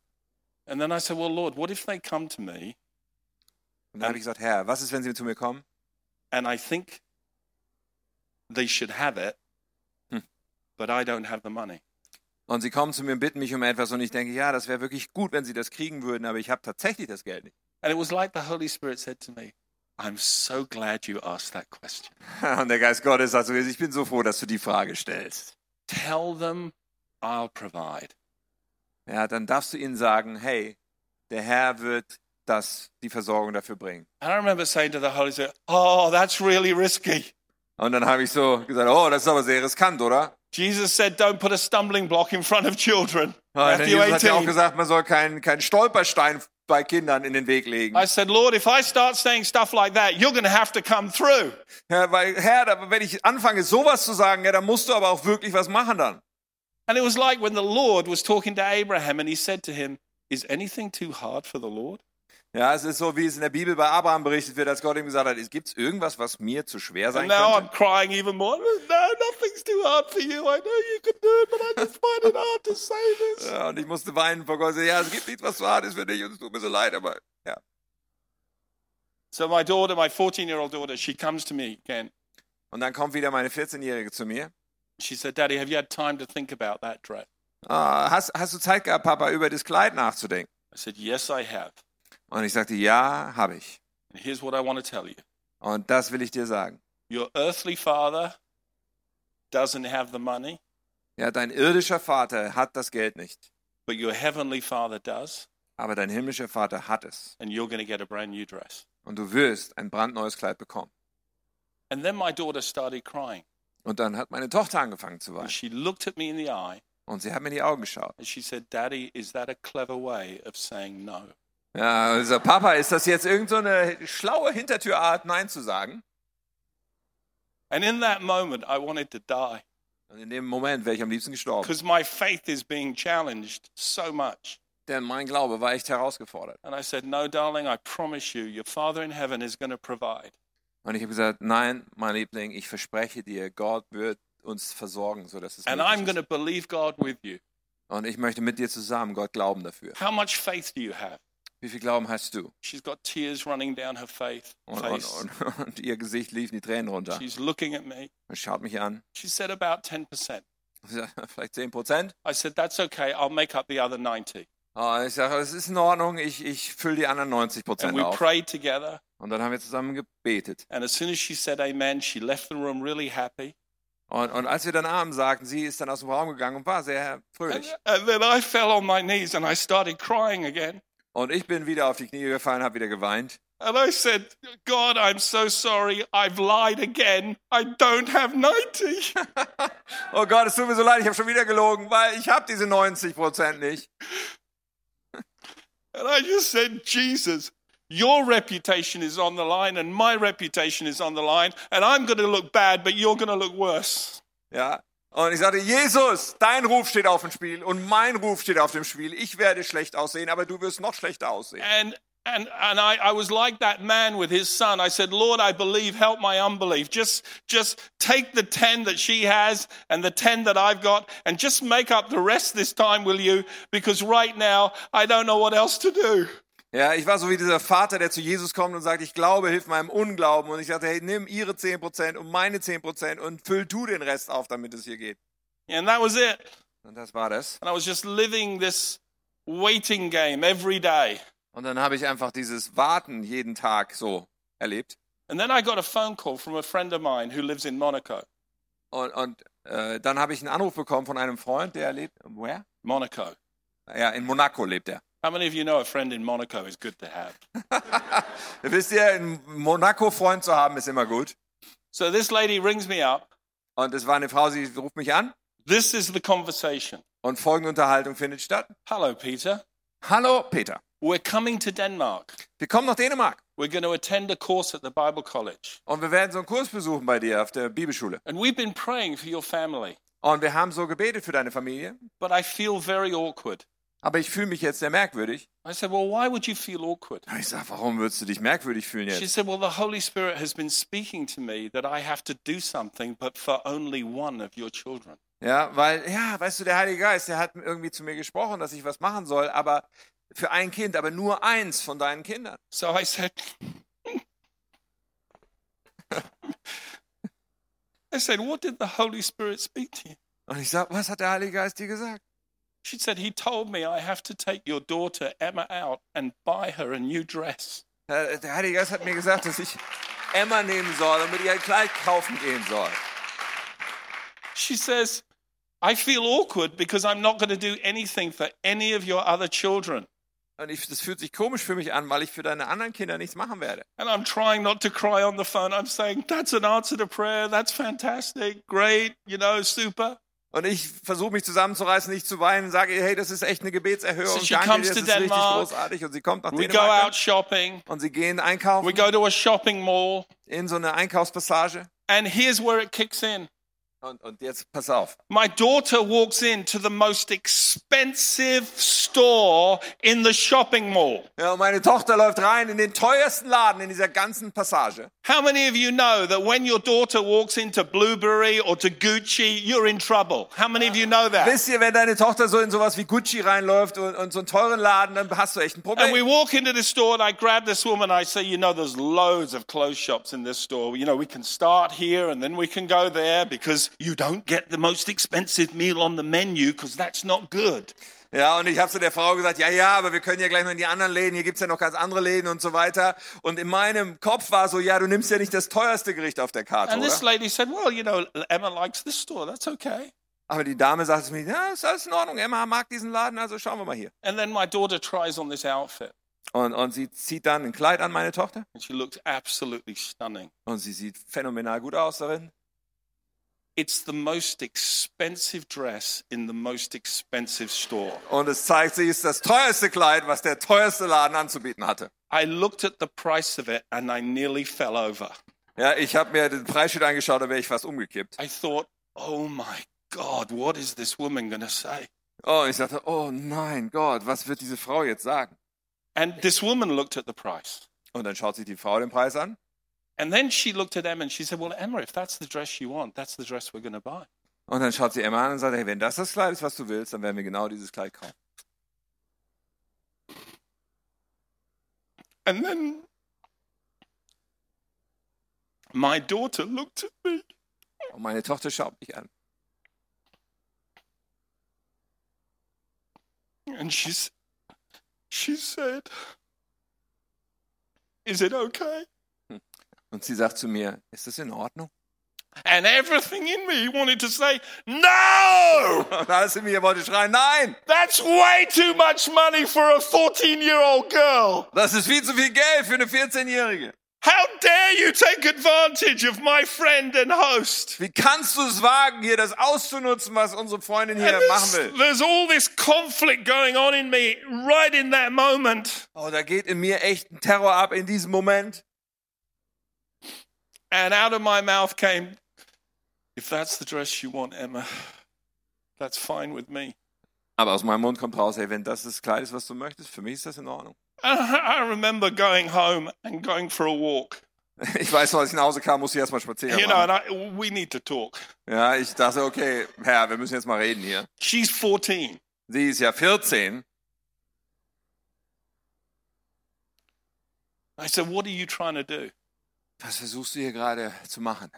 Speaker 2: And then I said, Well, Lord, what if they come to me
Speaker 3: Und dann habe
Speaker 2: Ähm.
Speaker 3: ich gesagt, Herr, was ist, wenn sie zu mir kommen?
Speaker 2: and I think they should have it,
Speaker 3: Hmm.
Speaker 2: but I don't have the money?
Speaker 3: Und sie kommen zu mir und bitten mich um etwas und ich denke, ja, das wäre wirklich gut, wenn sie das kriegen würden, aber ich habe tatsächlich das Geld nicht.
Speaker 2: And it was like the Holy Spirit said to me, I'm so glad you asked that question.
Speaker 3: (laughs) Und der Geist Gottes sagt so, ich bin so froh, dass du die Frage stellst.
Speaker 2: Tell them I'll provide.
Speaker 3: Ja, dann darfst du ihnen sagen, hey, der Herr wird das, die Versorgung dafür bringen.
Speaker 2: And I remember saying to the Holy Spirit, Oh, that's really risky.
Speaker 3: Und dann habe ich so gesagt, oh, das ist aber sehr riskant, oder?
Speaker 2: Jesus said, Don't put a stumbling block in front of children.
Speaker 3: Ja, denn
Speaker 2: Matthew
Speaker 3: Jesus hat ja auch
Speaker 2: 18.
Speaker 3: gesagt, man soll keinen keinen Stolperstein bei Kindern in den Weg legen.
Speaker 2: I said, Lord, if I start saying stuff like that, you're going to have to come through.
Speaker 3: Ja, weil, Herr, da- wenn ich anfange, sowas zu sagen, ja, dann musst du aber auch wirklich was machen dann.
Speaker 2: And it was like when the Lord was talking to Abraham and he said to him, Is anything too hard for the Lord?
Speaker 3: Ja, es ist so, wie es in der Bibel bei Abraham berichtet wird, als Gott ihm gesagt hat, gibt es irgendwas, was mir zu schwer sein
Speaker 2: And now I'm
Speaker 3: könnte?
Speaker 2: crying even more. No, nothing's too hard for you. I know you can do it, but I just find it hard to say this.
Speaker 3: Ja, und ich musste weinen vor Gott. Ja, es gibt nichts, was zu hart ist für dich und es tut mir so leid, aber ja.
Speaker 2: So my daughter, my 14-year-old daughter, she comes to me again.
Speaker 3: Und dann kommt wieder meine 14-Jährige zu mir.
Speaker 2: She said, "Daddy, have you had time to think about that dress?"
Speaker 3: Ah, hast, hast du Zeit gehabt, Papa, über das Kleid nachzudenken?
Speaker 2: I said, "Yes, I have."
Speaker 3: Und ich sagte, ja, habe ich.
Speaker 2: And here's what I want to tell you:
Speaker 3: Und das will ich dir sagen.
Speaker 2: Your earthly father doesn't have the money,
Speaker 3: Ja, dein irdischer Vater hat das Geld nicht,
Speaker 2: but your heavenly father does,
Speaker 3: aber dein himmlischer Vater hat es.
Speaker 2: and you're going to get a brand new dress.
Speaker 3: Und du wirst ein brandneues Kleid bekommen.
Speaker 2: And then my daughter started crying.
Speaker 3: Und dann hat meine Tochter angefangen zu
Speaker 2: And
Speaker 3: weinen.
Speaker 2: she looked at me in the eye
Speaker 3: Und sie hat mir in die Augen geschaut.
Speaker 2: and she said, "Daddy, is that a clever way of saying no?"
Speaker 3: Ja, also Papa, ist das jetzt irgend so eine schlaue Hintertürart, Nein zu sagen?
Speaker 2: And in that moment, I wanted to die
Speaker 3: Und Also in dem Moment wäre ich am liebsten gestorben.
Speaker 2: because my faith is being challenged so much.
Speaker 3: Denn mein Glaube war echt herausgefordert.
Speaker 2: And I said, No, darling, I promise you, your Father in heaven is going to provide.
Speaker 3: Und ich habe gesagt, nein, mein Liebling, ich verspreche dir, Gott wird uns versorgen, sodass es
Speaker 2: And I'm
Speaker 3: möglich
Speaker 2: going
Speaker 3: ist.
Speaker 2: to believe God with you.
Speaker 3: Und ich möchte mit dir zusammen Gott glauben dafür.
Speaker 2: How much faith do you have?
Speaker 3: Wie viel Glauben hast du?
Speaker 2: She's got tears running down her faith,
Speaker 3: Und, und,
Speaker 2: face.
Speaker 3: und, und ihr Gesicht liefen die Tränen runter.
Speaker 2: She's looking at me.
Speaker 3: Und schaut mich an.
Speaker 2: She said, About 10%.
Speaker 3: Ich sag, (laughs) Vielleicht 10 Prozent. Ah,
Speaker 2: I said, That's okay. I'll make up the other 90.
Speaker 3: Ich sage, es ist in Ordnung, ich, ich fülle die anderen 90
Speaker 2: And
Speaker 3: Prozent
Speaker 2: we
Speaker 3: auf.
Speaker 2: prayed together.
Speaker 3: Und dann haben wir zusammen gebetet.
Speaker 2: And as soon as she said amen, she left the room really happy.
Speaker 3: Und, und als wir dann Abend sagten, sie ist dann aus dem Raum gegangen und war sehr
Speaker 2: And,
Speaker 3: fröhlich.
Speaker 2: and then I fell on my knees and I started crying again.
Speaker 3: Und ich bin wieder auf die Knie gefallen, habe wieder geweint.
Speaker 2: And I said, God, I'm so sorry. I've lied again. I don't have 90.
Speaker 3: Oh Gott, es tut mir so leid, ich habe schon wieder gelogen, weil ich habe diese 90 Prozent nicht.
Speaker 2: (laughs) And I just said, Jesus, your reputation is on the line and my reputation is on the line, and I'm going to look bad, but you're going to look worse.
Speaker 3: Ja. Und ich sagte, Jesus, dein Ruf steht auf dem Spiel und mein Ruf steht auf dem Spiel. Ich werde schlecht aussehen, aber du wirst noch schlechter aussehen.
Speaker 2: And and and I, I was like that man with his son. I said, Lord, I believe, help my unbelief. Just just take the ten that she has and the ten that I've got, and just make up the rest this time, will you? Because right now I don't know what else to do.
Speaker 3: Ja, ich war so wie dieser Vater, der zu Jesus kommt und sagt, ich glaube, hilf meinem Unglauben. Und ich sagte, hey, nimm ihre 10% und meine 10% und füll du den Rest auf, damit es hier geht.
Speaker 2: And that was it.
Speaker 3: Und das war das.
Speaker 2: And I was just living this waiting game every day.
Speaker 3: Und Und dann habe ich einfach dieses Warten jeden Tag so erlebt.
Speaker 2: And then I got a phone call from a friend of mine who lives in Monaco.
Speaker 3: Und, und äh, dann habe ich einen Anruf bekommen von einem Freund, der lebt. Where?
Speaker 2: Monaco.
Speaker 3: Ja, in Monaco lebt er.
Speaker 2: How many of you know a friend in Monaco is good to have?
Speaker 3: Wisst ihr, einen Monaco-Freund zu haben, ist immer gut.
Speaker 2: So this lady rings me up.
Speaker 3: Und es war eine Frau, sie ruft mich an
Speaker 2: This is the conversation.
Speaker 3: und folgende Unterhaltung findet statt.
Speaker 2: Hello, Peter.
Speaker 3: Hallo, Peter.
Speaker 2: We're coming to Denmark.
Speaker 3: Wir kommen nach Dänemark
Speaker 2: We're going to attend a course at the Bible College.
Speaker 3: und wir werden so einen Kurs besuchen bei dir auf der Bibelschule.
Speaker 2: And we've been praying for your family,
Speaker 3: Und wir haben so gebetet für deine Familie,
Speaker 2: but I feel very awkward.
Speaker 3: aber ich fühle mich jetzt sehr merkwürdig.
Speaker 2: I said, Well, why would you feel awkward?
Speaker 3: Ich sage, warum würdest du dich merkwürdig fühlen
Speaker 2: She
Speaker 3: jetzt?
Speaker 2: said, Well, the Holy Spirit has been speaking to me that I have to do something, but for only one of your children.
Speaker 3: Ja, weil, ja, weißt du, der Heilige Geist, der hat irgendwie zu mir gesprochen, dass ich was machen soll, aber für ein Kind, aber nur eins von deinen Kindern.
Speaker 2: So I said, (laughs) I said, What did the Holy Spirit speak to you?
Speaker 3: Und ich sage, was hat der Heilige Geist dir gesagt?
Speaker 2: She said, He told me I have to take your daughter Emma out and buy her a new dress.
Speaker 3: Äh, Der Heilige Geist hat mir gesagt, dass ich Emma nehmen soll und mit ihr ein Kleid kaufen gehen soll.
Speaker 2: She says, I feel awkward because I'm not going to do anything for any of your other children.
Speaker 3: Und ich, das fühlt sich komisch für mich an, weil ich für deine anderen Kinder nichts machen werde.
Speaker 2: And I'm trying not to cry on the phone. I'm saying, That's an answer to prayer. That's fantastic. Great. You know, super.
Speaker 3: Und ich versuche mich zusammenzureißen, nicht zu weinen, und sage, ihr, hey, das ist echt eine Gebetserhörung.
Speaker 2: So she
Speaker 3: Danke,
Speaker 2: comes
Speaker 3: dir, das
Speaker 2: to
Speaker 3: ist richtig
Speaker 2: Denmark.
Speaker 3: großartig. Und sie kommt nach
Speaker 2: We go out
Speaker 3: Dänemark
Speaker 2: shopping.
Speaker 3: und sie gehen
Speaker 2: We
Speaker 3: einkaufen
Speaker 2: go to a shopping mall.
Speaker 3: in so eine Einkaufspassage.
Speaker 2: And here's where it kicks in.
Speaker 3: Und, und jetzt, pass auf.
Speaker 2: My daughter walks into the most expensive store in the shopping mall.
Speaker 3: Ja, und meine Tochter läuft rein in den teuersten Laden in dieser ganzen Passage.
Speaker 2: How many of you know that when your daughter walks into Blueberry or to Gucci, you're in trouble? How many of you know that?
Speaker 3: Wisst ihr, wenn deine Tochter so in sowas wie Gucci reinläuft und, und so einen teuren Laden, dann hast du echt ein
Speaker 2: And we
Speaker 3: Problem.
Speaker 2: walk into the store and I grab this woman. I say, you know, there's loads of clothes shops in this store. You know, we can start here and then we can go there because you don't get the most expensive meal on the menu because that's not good.
Speaker 3: Ja, und ich habe zu der Frau gesagt, ja, ja, aber wir können ja gleich noch in die anderen Läden, hier gibt's ja noch ganz andere Läden und so weiter. Und in meinem Kopf war so, ja, du nimmst ja nicht das teuerste Gericht auf der Karte,
Speaker 2: And this
Speaker 3: oder?
Speaker 2: lady said, well, you know, Emma likes this store. That's okay.
Speaker 3: Aber die Dame sagte zu mir, ja, ist alles in Ordnung, Emma mag diesen Laden, also schauen wir mal hier.
Speaker 2: And then my daughter tries on this outfit
Speaker 3: Und, und sie zieht dann ein Kleid an, meine Tochter,
Speaker 2: and she looks absolutely stunning.
Speaker 3: und sie sieht phänomenal gut aus darin.
Speaker 2: It's the most expensive dress in the most expensive store.
Speaker 3: Und es zeigt sich, es ist das teuerste Kleid, was der teuerste Laden anzubieten hatte.
Speaker 2: I looked at the price of it and I nearly fell over.
Speaker 3: Ja, ich habe mir den Preisschild angeschaut, da wäre ich fast umgekippt.
Speaker 2: I thought, oh my God, what is this woman going to say?
Speaker 3: Oh, ich dachte, oh nein, Gott, was wird diese Frau jetzt sagen?
Speaker 2: And this woman looked at the price.
Speaker 3: Und dann schaut sich die Frau den Preis an.
Speaker 2: And then she looked at Emma and she said, well, Emma, if that's the dress you want, that's the dress we're going to buy.
Speaker 3: Und dann schaut sie Emma an und sagt, hey, wenn das das Kleid ist, was du willst, dann werden wir genau dieses Kleid kaufen.
Speaker 2: And then my daughter looked at me
Speaker 3: Und meine Tochter schaut mich an.
Speaker 2: And she, s- she said, Is it okay?
Speaker 3: Und sie sagt zu mir, ist das in Ordnung?
Speaker 2: And everything in me wanted to say, No!
Speaker 3: Und alles in mir wollte schreien, nein,
Speaker 2: That's way too much money for a 14 year old girl!
Speaker 3: das ist viel zu viel Geld für eine 14-Jährige.
Speaker 2: How dare you take advantage of my friend and host?
Speaker 3: Wie kannst du es wagen, hier das auszunutzen, was unsere Freundin
Speaker 2: And
Speaker 3: hier machen
Speaker 2: there's,
Speaker 3: will?
Speaker 2: there's all this conflict going on in me right in that moment.
Speaker 3: Oh, da geht in mir echt ein Terror ab in diesem Moment.
Speaker 2: And out of my mouth came, If that's the dress you want, Emma, that's fine with me.
Speaker 3: Aber aus meinem Mund kommt raus, hey, wenn das das Kleid ist, was du möchtest, für mich ist das in Ordnung. (laughs)
Speaker 2: And I remember going home and going for a walk.
Speaker 3: Ich weiß, als ich nach Hause kam, musste ich erstmal spazieren
Speaker 2: you know,
Speaker 3: machen.
Speaker 2: and I, we need to talk.
Speaker 3: Ja, ich dachte, okay, Herr, wir müssen jetzt mal reden hier.
Speaker 2: She's 14.
Speaker 3: Sie ist ja 14.
Speaker 2: I said, What are you trying to do?
Speaker 3: Was versuchst du hier gerade zu machen?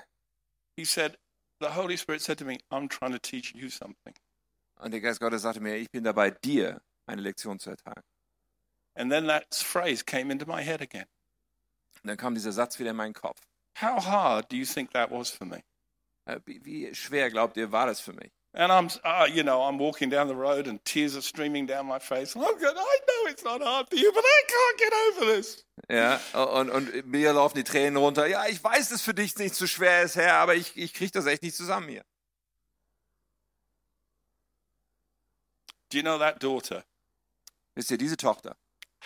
Speaker 2: He said, The Holy Spirit said to me, I'm trying to teach you something.
Speaker 3: Und der Geist Gottes sagte mir, ich bin dabei, dir eine Lektion zu erteilen.
Speaker 2: And then that phrase came into my head again.
Speaker 3: Und dann kam dieser Satz wieder in meinen Kopf.
Speaker 2: How hard do you think that was for me?
Speaker 3: Äh, Wie, wie schwer, glaubt ihr, war das für mich?
Speaker 2: And I'm, uh, you know, I'm walking down the road and tears are streaming down my face. And I'm going, I know it's not hard for you, but I can't get over this.
Speaker 3: Ja, und, und mir laufen die Tränen runter. Ja, ich weiß, dass für dich nicht zu schwer ist, Herr, aber ich, ich kriege das echt nicht zusammen hier.
Speaker 2: Do you know that daughter
Speaker 3: Wisst ihr, diese Tochter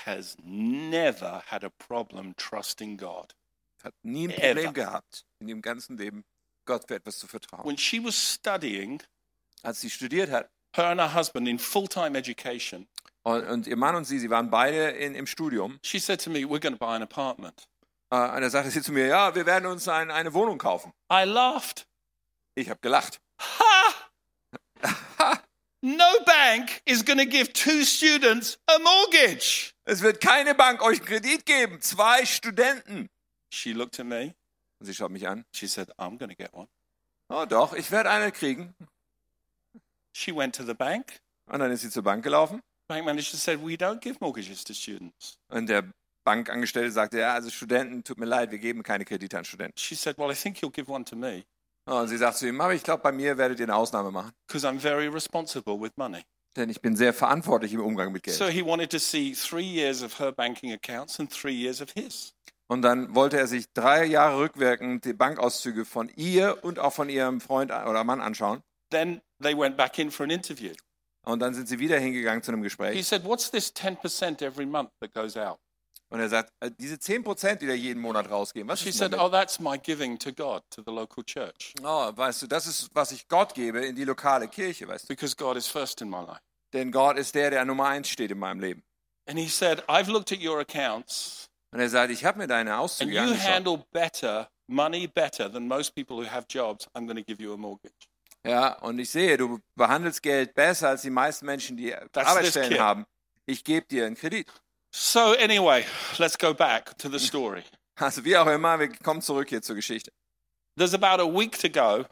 Speaker 2: has never had a problem trusting God?
Speaker 3: hat nie ein Problem
Speaker 2: Ever.
Speaker 3: gehabt, in ihrem ganzen Leben Gott für etwas zu vertrauen.
Speaker 2: When she was studying,
Speaker 3: Als sie studiert hat,
Speaker 2: her and her husband in full time education,
Speaker 3: und, und ihr Mann und sie, sie waren beide in, im Studium,
Speaker 2: she said to me, We're going to buy an apartment.
Speaker 3: äh, und da sagte sie zu mir, ja, wir werden uns ein, eine Wohnung kaufen.
Speaker 2: I laughed.
Speaker 3: Ich habe gelacht.
Speaker 2: Ha! (laughs) no bank is going to give two students a mortgage.
Speaker 3: Es wird keine Bank euch einen Kredit geben. Zwei Studenten.
Speaker 2: She looked at me.
Speaker 3: Und sie schaut mich an.
Speaker 2: She said, I'm going to get one.
Speaker 3: Oh doch, ich werde eine kriegen.
Speaker 2: She went to the bank.
Speaker 3: Und dann ist sie zur Bank gelaufen.
Speaker 2: Bank manager said, We don't give mortgages to students.
Speaker 3: Und der Bankangestellte sagte, ja, also Studenten, tut mir leid, wir geben keine Kredite an Studenten.
Speaker 2: She said, Well, I think you'll give one to me
Speaker 3: Und sie sagt zu ihm, aber ich glaube, bei mir werdet ihr eine Ausnahme machen.
Speaker 2: because I'm very responsible with money.
Speaker 3: Denn ich bin sehr verantwortlich im Umgang mit Geld.
Speaker 2: So he wanted to see three years of her banking accounts and three years of his.
Speaker 3: Und dann wollte er sich drei Jahre rückwirkend die Bankauszüge von ihr und auch von ihrem Freund oder Mann anschauen.
Speaker 2: Then they went back in for an interview.
Speaker 3: Und dann sind sie wieder hingegangen zu einem
Speaker 2: He
Speaker 3: Gespräch.
Speaker 2: said, What's this 10% every month that goes out?
Speaker 3: Und er sagt, äh, diese 10%, die da jeden Monat rausgehen, was
Speaker 2: She
Speaker 3: ist
Speaker 2: said,
Speaker 3: denn
Speaker 2: Oh,
Speaker 3: damit?
Speaker 2: that's my giving to God, to the local church,
Speaker 3: Oh, weißt du, das ist, was ich Gott gebe in die lokale Kirche, weißt du.
Speaker 2: because God is first in my life.
Speaker 3: Denn Gott ist der, der an Nummer eins steht in meinem Leben.
Speaker 2: And he said, I've looked at your accounts,
Speaker 3: Und er sagt, ich habe mir deine
Speaker 2: and
Speaker 3: Auszüge
Speaker 2: you
Speaker 3: angeschaut.
Speaker 2: handle better money better than most people who have jobs. I'm going to give you a mortgage.
Speaker 3: Ja, und ich sehe, du behandelst Geld besser als die meisten Menschen, die
Speaker 2: this
Speaker 3: Arbeitsstellen
Speaker 2: kid.
Speaker 3: haben. Ich gebe dir einen Kredit.
Speaker 2: So, anyway, let's go back to the story.
Speaker 3: Also wie auch immer, wir kommen zurück hier zur Geschichte.
Speaker 2: There's about a week to go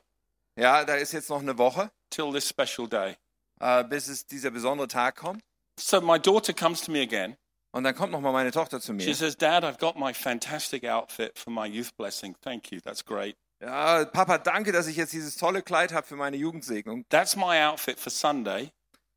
Speaker 3: Ja, da ist jetzt noch eine Woche,
Speaker 2: till this special day.
Speaker 3: äh, bis es dieser besondere Tag kommt.
Speaker 2: So, my daughter comes to me again.
Speaker 3: Und dann kommt nochmal meine Tochter zu
Speaker 2: She
Speaker 3: mir.
Speaker 2: says, Dad, I've got my fantastic outfit for my youth blessing. Thank you. That's great.
Speaker 3: Ja, Papa, danke, dass ich jetzt dieses tolle Kleid habe für meine Jugendsegnung.
Speaker 2: That's my outfit for Sunday.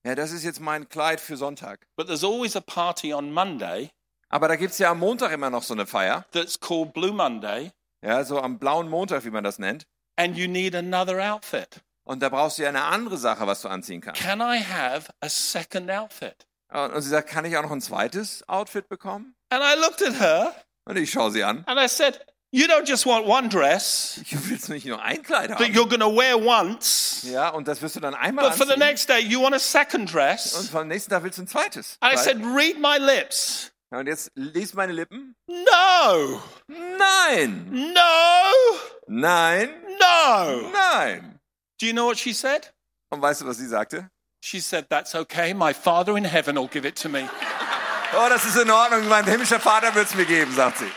Speaker 3: Ja, das ist jetzt mein Kleid für Sonntag.
Speaker 2: But there's always a party on Monday
Speaker 3: Aber da gibt's ja am Montag immer noch so eine Feier.
Speaker 2: that's called Blue Monday,
Speaker 3: Ja, so am blauen Montag, wie man das nennt.
Speaker 2: and you need another outfit.
Speaker 3: Und da brauchst du ja eine andere Sache, was du anziehen kannst.
Speaker 2: Can I have a second outfit?
Speaker 3: Und und sie sagt, kann ich auch noch ein zweites Outfit bekommen?
Speaker 2: And I looked at her
Speaker 3: Und ich schaue sie an.
Speaker 2: and I said, You don't just want one dress
Speaker 3: Ich will nicht nur ein Kleid
Speaker 2: that
Speaker 3: haben.
Speaker 2: you're going to wear once,
Speaker 3: Ja, und das wirst du dann einmal
Speaker 2: but for the
Speaker 3: anziehen.
Speaker 2: next day, you want a second
Speaker 3: Und
Speaker 2: dress.
Speaker 3: vom nächsten Tag willst du ein zweites.
Speaker 2: And I
Speaker 3: Kleid.
Speaker 2: said, Read my lips.
Speaker 3: Ja, und jetzt lies meine Lippen.
Speaker 2: No,
Speaker 3: Nein!
Speaker 2: no,
Speaker 3: Nein!
Speaker 2: no.
Speaker 3: Nein!
Speaker 2: Do you know what she said?
Speaker 3: Und weißt du, was sie sagte?
Speaker 2: She said, That's okay. My Father in heaven will give it to me.
Speaker 3: Oh, das ist in Ordnung. Mein himmlischer Vater wird's mir geben, sagt sie.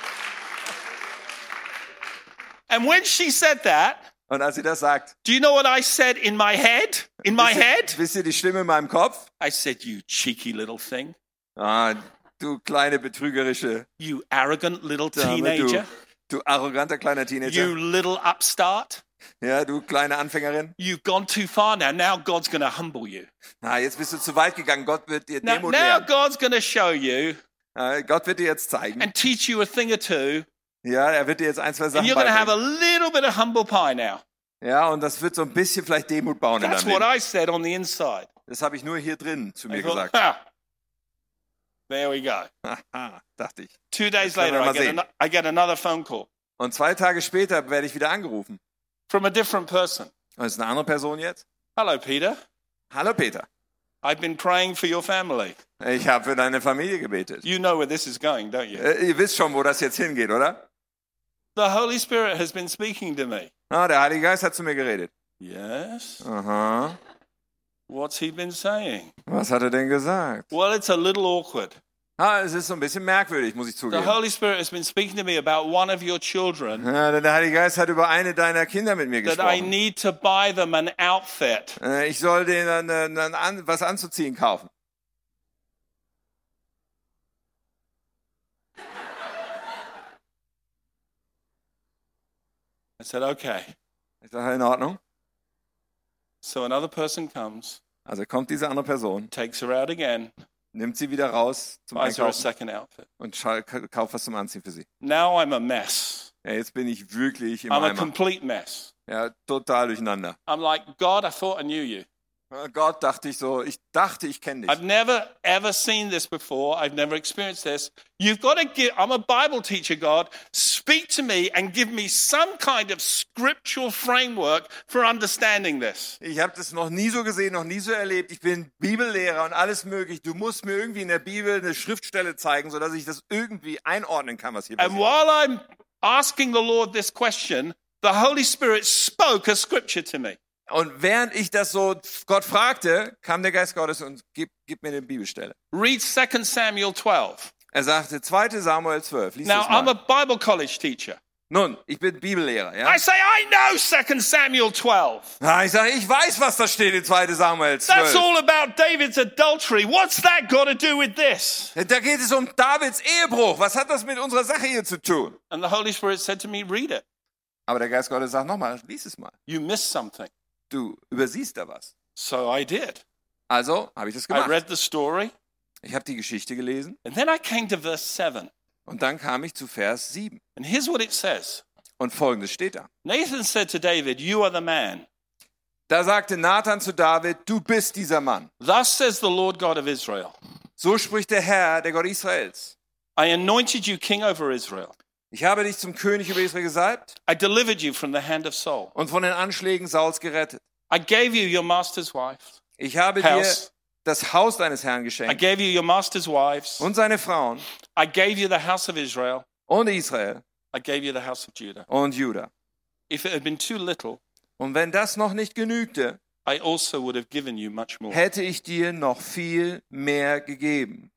Speaker 2: And when she said that,
Speaker 3: Und als sie das sagt,
Speaker 2: do you know what I said in my head? In my head?
Speaker 3: wisst ihr, wisst ihr die Stimme in meinem Kopf?
Speaker 2: I said, You cheeky little thing.
Speaker 3: Ah, du kleine betrügerische
Speaker 2: You arrogant little
Speaker 3: Dame, du,
Speaker 2: teenager.
Speaker 3: du arroganter kleiner Teenager.
Speaker 2: You little upstart.
Speaker 3: Ja, du kleine Anfängerin.
Speaker 2: You've gone too far now. Now God's going to humble you.
Speaker 3: Na, jetzt bist du zu weit gegangen. Gott wird dir
Speaker 2: Now,
Speaker 3: Demut
Speaker 2: now
Speaker 3: lehren.
Speaker 2: God's going to show you
Speaker 3: Äh, Gott wird dir jetzt zeigen.
Speaker 2: and teach you a thing or two.
Speaker 3: Ja, er wird dir jetzt ein, zwei
Speaker 2: And
Speaker 3: Sachen
Speaker 2: you're going to have a
Speaker 3: beibringen.
Speaker 2: little bit of humble pie now.
Speaker 3: Ja, und das wird so ein bisschen vielleicht Demut bauen in
Speaker 2: That's
Speaker 3: deinem
Speaker 2: what
Speaker 3: Leben.
Speaker 2: I said on the inside.
Speaker 3: Das habe ich nur hier drin zu
Speaker 2: I
Speaker 3: mir
Speaker 2: thought,
Speaker 3: gesagt. (laughs)
Speaker 2: ha, there we go.
Speaker 3: Haha, dachte ich.
Speaker 2: Two days
Speaker 3: können
Speaker 2: later,
Speaker 3: wir
Speaker 2: I
Speaker 3: mal
Speaker 2: get,
Speaker 3: sehen.
Speaker 2: ano- I get another phone call
Speaker 3: Und zwei Tage später werde ich wieder angerufen.
Speaker 2: from a different person.
Speaker 3: Und es ist eine andere Person jetzt.
Speaker 2: Hello, Peter.
Speaker 3: Hallo Peter.
Speaker 2: I've been praying for your family.
Speaker 3: Ich habe für deine Familie gebetet.
Speaker 2: You know where this is going, don't you?
Speaker 3: Äh, ihr wisst schon, wo das jetzt hingeht, oder?
Speaker 2: The Holy Spirit has been speaking to me.
Speaker 3: Ah, der Heilige Geist hat zu mir geredet.
Speaker 2: Yes.
Speaker 3: Aha.
Speaker 2: What's he been saying?
Speaker 3: Was hat er denn gesagt?
Speaker 2: Well, it's a little awkward.
Speaker 3: Ah, es ist so ein bisschen merkwürdig, muss ich
Speaker 2: The
Speaker 3: zugeben.
Speaker 2: Holy Spirit has been speaking to me about one of your children
Speaker 3: Ja, denn der Heilige Geist hat über eine deiner Kinder mit mir
Speaker 2: that I
Speaker 3: gesprochen.
Speaker 2: need to buy them an outfit.
Speaker 3: Äh, Ich soll denen dann, äh, dann an, was anzuziehen kaufen.
Speaker 2: I said, okay.
Speaker 3: Ich sage, in Ordnung.
Speaker 2: So another person comes,
Speaker 3: Also kommt diese andere Person,
Speaker 2: takes her out again,
Speaker 3: nimmt sie wieder raus zum
Speaker 2: buys her a
Speaker 3: Einkaufen
Speaker 2: second outfit.
Speaker 3: und scha- ka- kauft was zum Anziehen für sie.
Speaker 2: Now I'm a mess.
Speaker 3: Ja, jetzt bin ich wirklich im
Speaker 2: I'm a
Speaker 3: Eimer.
Speaker 2: complete mess.
Speaker 3: Ja, total durcheinander.
Speaker 2: I'm like, God, I thought I knew you.
Speaker 3: Oh Gott, dachte ich so, ich dachte, ich kenne dich.
Speaker 2: I've never ever seen this before. I've never experienced this. You've got to give, I'm a Bible teacher, God. Speak to me and give me some kind of scriptural framework for understanding this.
Speaker 3: Ich habe das noch nie so gesehen, noch nie so erlebt. Ich bin Bibellehrer und alles möglich. Du musst mir irgendwie in der Bibel eine Schriftstelle zeigen, sodass ich das irgendwie einordnen kann, was hier
Speaker 2: And
Speaker 3: passiert.
Speaker 2: while I'm asking the Lord this question, the Holy Spirit spoke a scripture to me.
Speaker 3: Und während ich das so Gott fragte, kam der Geist Gottes und gib, gib mir eine Bibelstelle.
Speaker 2: Read 2 Samuel 12.
Speaker 3: Er sagte, 2. Samuel 12, lies
Speaker 2: Now,
Speaker 3: das
Speaker 2: I'm
Speaker 3: mal.
Speaker 2: a Bible college teacher.
Speaker 3: Nun, ich bin Bibellehrer, ja?
Speaker 2: I say, I know 2 Samuel 12.
Speaker 3: Na, ich sage, ich weiß, was da steht in 2. Samuel
Speaker 2: That's
Speaker 3: 12.
Speaker 2: all about David's adultery. What's that got to do with this?
Speaker 3: Da geht es um Davids Ehebruch. Was hat das mit unserer Sache hier zu tun?
Speaker 2: And the Holy Spirit said to me, Read it.
Speaker 3: Aber der Geist Gottes sagt nochmal, lies es mal.
Speaker 2: You missed something.
Speaker 3: Du übersiehst da was.
Speaker 2: So I did.
Speaker 3: Also habe ich
Speaker 2: I
Speaker 3: das gemacht.
Speaker 2: read the story.
Speaker 3: Ich habe die Geschichte gelesen
Speaker 2: And then I came to verse 7.
Speaker 3: und dann kam ich zu Vers 7.
Speaker 2: And here's what it says
Speaker 3: Und folgendes steht da.
Speaker 2: Nathan said to David, You are the man.
Speaker 3: Da sagte Nathan zu David, du bist dieser Mann.
Speaker 2: Thus says the Lord God of Israel
Speaker 3: So spricht der Herr, der Gott Israels.
Speaker 2: I anointed you king over Israel.
Speaker 3: Ich habe dich zum König über Israel gesalbt
Speaker 2: I delivered you from the hand of Saul.
Speaker 3: und von den Anschlägen Sauls gerettet.
Speaker 2: I gave you your master's wife.
Speaker 3: Ich habe
Speaker 2: House.
Speaker 3: dir das Haus deines Herrn
Speaker 2: I
Speaker 3: geschenkt
Speaker 2: gave you your master's wives.
Speaker 3: und seine Frauen
Speaker 2: I gave you the house of Israel.
Speaker 3: und Israel
Speaker 2: I gave you the house of Judah.
Speaker 3: und Juda.
Speaker 2: If it had been too little,
Speaker 3: Und wenn das noch nicht genügte,
Speaker 2: I also would have given you much more.
Speaker 3: hätte ich dir noch viel mehr gegeben.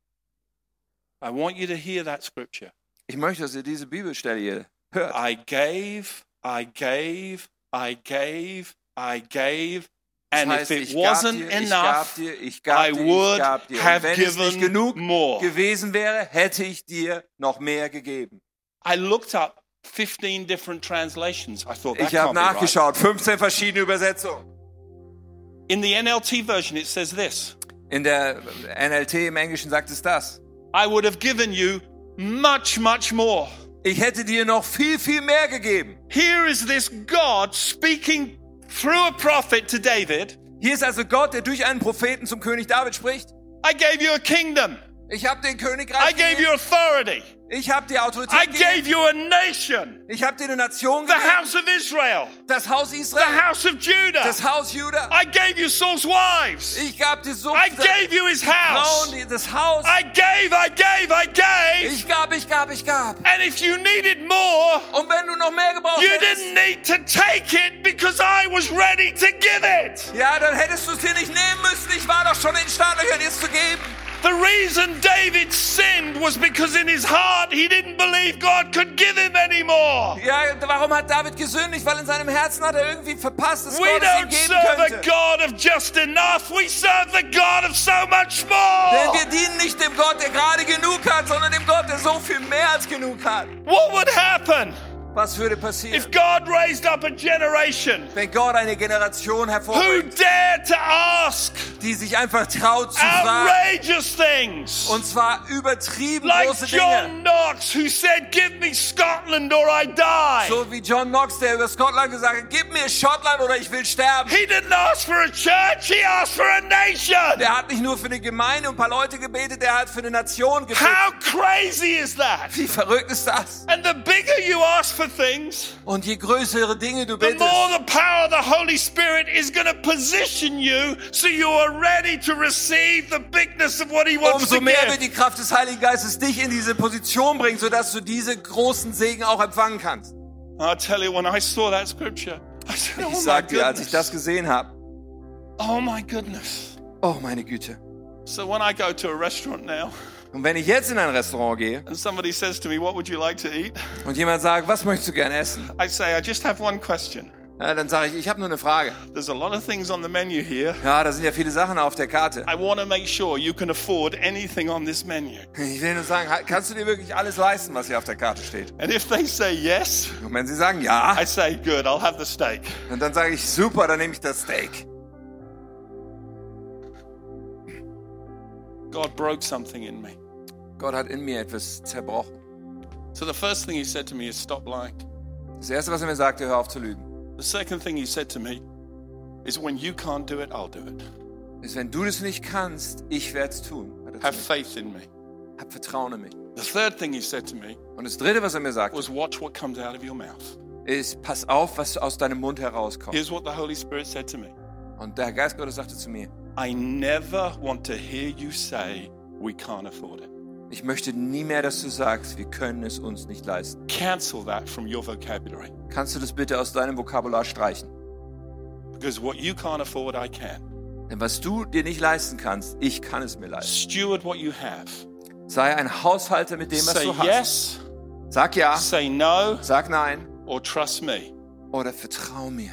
Speaker 2: I want you to hear that scripture.
Speaker 3: Ich möchte, dass ihr diese Bibelstelle hier hört.
Speaker 2: I gave, I gave, I gave, I gave. And
Speaker 3: das heißt,
Speaker 2: if it
Speaker 3: ich gab
Speaker 2: wasn't
Speaker 3: dir, ich gab
Speaker 2: enough,
Speaker 3: dir, ich
Speaker 2: I
Speaker 3: gab dir, ich
Speaker 2: would
Speaker 3: gab dir. Und
Speaker 2: have
Speaker 3: wenn es nicht
Speaker 2: given
Speaker 3: genug
Speaker 2: more.
Speaker 3: gewesen wäre, hätte ich dir noch mehr gegeben.
Speaker 2: I looked up 15 different translations. I thought that
Speaker 3: Ich
Speaker 2: can't
Speaker 3: habe
Speaker 2: be right.
Speaker 3: nachgeschaut, 15 verschiedene Übersetzungen.
Speaker 2: In the NLT version, it says this
Speaker 3: In der NLT im Englischen sagt es das.
Speaker 2: I would have given you much, much more.
Speaker 3: Ich hätte dir noch viel, viel mehr gegeben.
Speaker 2: Here is this God speaking through a prophet to David.
Speaker 3: Hier ist also Gott, der durch einen Propheten zum König David spricht.
Speaker 2: I gave you a kingdom.
Speaker 3: Ich habe den Königreich.
Speaker 2: I gave you authority.
Speaker 3: gegeben. ich habe dir
Speaker 2: I
Speaker 3: Autorität.
Speaker 2: gave
Speaker 3: Gegeben.
Speaker 2: you a nation.
Speaker 3: Ich habe dir eine Nation
Speaker 2: The
Speaker 3: gegeben.
Speaker 2: house of Israel.
Speaker 3: das Haus
Speaker 2: The
Speaker 3: Israel.
Speaker 2: house of Judah.
Speaker 3: das Haus Juda.
Speaker 2: I gave you Saul's wives.
Speaker 3: ich gab dir so
Speaker 2: I gave you his house.
Speaker 3: Frauen das Haus.
Speaker 2: I gave, I gave, I gave.
Speaker 3: ich gab, ich gab, ich gab.
Speaker 2: And if you needed more,
Speaker 3: Und wenn du noch mehr gebraucht
Speaker 2: you
Speaker 3: hättest,
Speaker 2: didn't need to take it because I was ready to give it.
Speaker 3: ja, dann hättest du es dir nicht nehmen müssen. Ich war doch schon in Startlöchern, dir es zu geben.
Speaker 2: The reason David sinned was because in his heart he didn't believe God could give him anymore.
Speaker 3: Ja, warum hat David gesündigt? Weil in seinem Herzen hat er irgendwie verpasst, dass
Speaker 2: We
Speaker 3: Gott es ihm
Speaker 2: don't serve
Speaker 3: geben
Speaker 2: a
Speaker 3: könnte.
Speaker 2: God of just enough. We serve the God of so much
Speaker 3: Denn
Speaker 2: more.
Speaker 3: wir dienen nicht dem Gott, der gerade genug hat, sondern dem Gott, der so viel mehr als genug hat.
Speaker 2: What would happen
Speaker 3: Was würde
Speaker 2: if
Speaker 3: passieren,
Speaker 2: God raised up a generation
Speaker 3: wenn Gott eine Generation
Speaker 2: who
Speaker 3: hervorbringt,
Speaker 2: dared to ask
Speaker 3: die sich einfach traut zu fragen?
Speaker 2: outrageous things?
Speaker 3: Und zwar übertrieben
Speaker 2: Like
Speaker 3: große Dinge.
Speaker 2: John Knox, who said, Give me Scotland or I die.
Speaker 3: So wie John Knox, der über Scotland gesagt hat, gib mir Schottland oder ich will sterben.
Speaker 2: He didn't ask for a church, he asked for a nation.
Speaker 3: Der hat nicht nur für eine Gemeinde und ein paar Leute gebetet, der hat für eine Nation gebetet.
Speaker 2: How crazy is that?
Speaker 3: Wie verrückt ist das?
Speaker 2: And the bigger you ask for things,
Speaker 3: Und je größere Dinge du
Speaker 2: the
Speaker 3: betest,
Speaker 2: more the power of the Holy Spirit is going to position you so you are ready to receive the bigness of what He wants
Speaker 3: umso
Speaker 2: to
Speaker 3: mehr wird
Speaker 2: give.
Speaker 3: die Kraft des Heiligen Geistes dich in diese Position bringen, sodass du diese großen Segen auch empfangen kannst.
Speaker 2: I'll tell you, when I saw that scripture, I said,
Speaker 3: Ich
Speaker 2: Oh my
Speaker 3: sag dir, als ich das
Speaker 2: goodness.
Speaker 3: gesehen habe,
Speaker 2: Oh my goodness.
Speaker 3: oh meine Güte.
Speaker 2: So when I go to a restaurant now
Speaker 3: Und wenn ich jetzt in ein Restaurant gehe
Speaker 2: and somebody says to me, What would you like to eat?
Speaker 3: und jemand sagt, was möchtest du gern essen?
Speaker 2: I say, I just have one question.
Speaker 3: Dann Ja, dann sage ich, ich habe nur eine Frage.
Speaker 2: There's a lot of things on the menu here.
Speaker 3: Ja, da sind ja viele Sachen auf der Karte.
Speaker 2: I want to make sure you can afford anything on this menu.
Speaker 3: Ich will nur sagen, ha- kannst du dir wirklich alles leisten, was hier auf der Karte steht?
Speaker 2: And if they say yes,
Speaker 3: Und wenn sie sagen ja,
Speaker 2: I say, good, I'll have the steak.
Speaker 3: und dann sage ich, super, dann nehme ich das Steak.
Speaker 2: God broke something in me.
Speaker 3: Gott hat in mir etwas zerbrochen.
Speaker 2: So the first thing he said to me is, stop lying.
Speaker 3: Das Erste, was er mir sagte, hör auf zu lügen.
Speaker 2: The second thing he said to me is, when you can't do it, I'll do it.
Speaker 3: Ist, wenn du das nicht kannst, ich werde es tun. Hat er
Speaker 2: Have
Speaker 3: zu
Speaker 2: faith in me.
Speaker 3: mir- Hab Vertrauen in mich.
Speaker 2: The third thing he said to me
Speaker 3: Und das Dritte, was er mir sagt,
Speaker 2: was, watch what comes out of your mouth.
Speaker 3: ist, pass auf, was aus deinem Mund herauskommt.
Speaker 2: Here's what the Holy Spirit said to me
Speaker 3: Und der Geist Gottes sagte zu mir,
Speaker 2: I never want to hear you say, we can't afford it.
Speaker 3: ich möchte nie mehr, dass du sagst, wir können es uns nicht leisten.
Speaker 2: Cancel that from your vocabulary
Speaker 3: Kannst du das bitte aus deinem Vokabular streichen?
Speaker 2: because what you can't afford, I can.
Speaker 3: Denn was du dir nicht leisten kannst, ich kann es mir leisten.
Speaker 2: Steward what you have.
Speaker 3: Sei ein Haushalter mit dem, was
Speaker 2: Say
Speaker 3: du hast.
Speaker 2: yes,
Speaker 3: Sag ja,
Speaker 2: say no,
Speaker 3: sag nein
Speaker 2: or trust me.
Speaker 3: oder vertrau mir.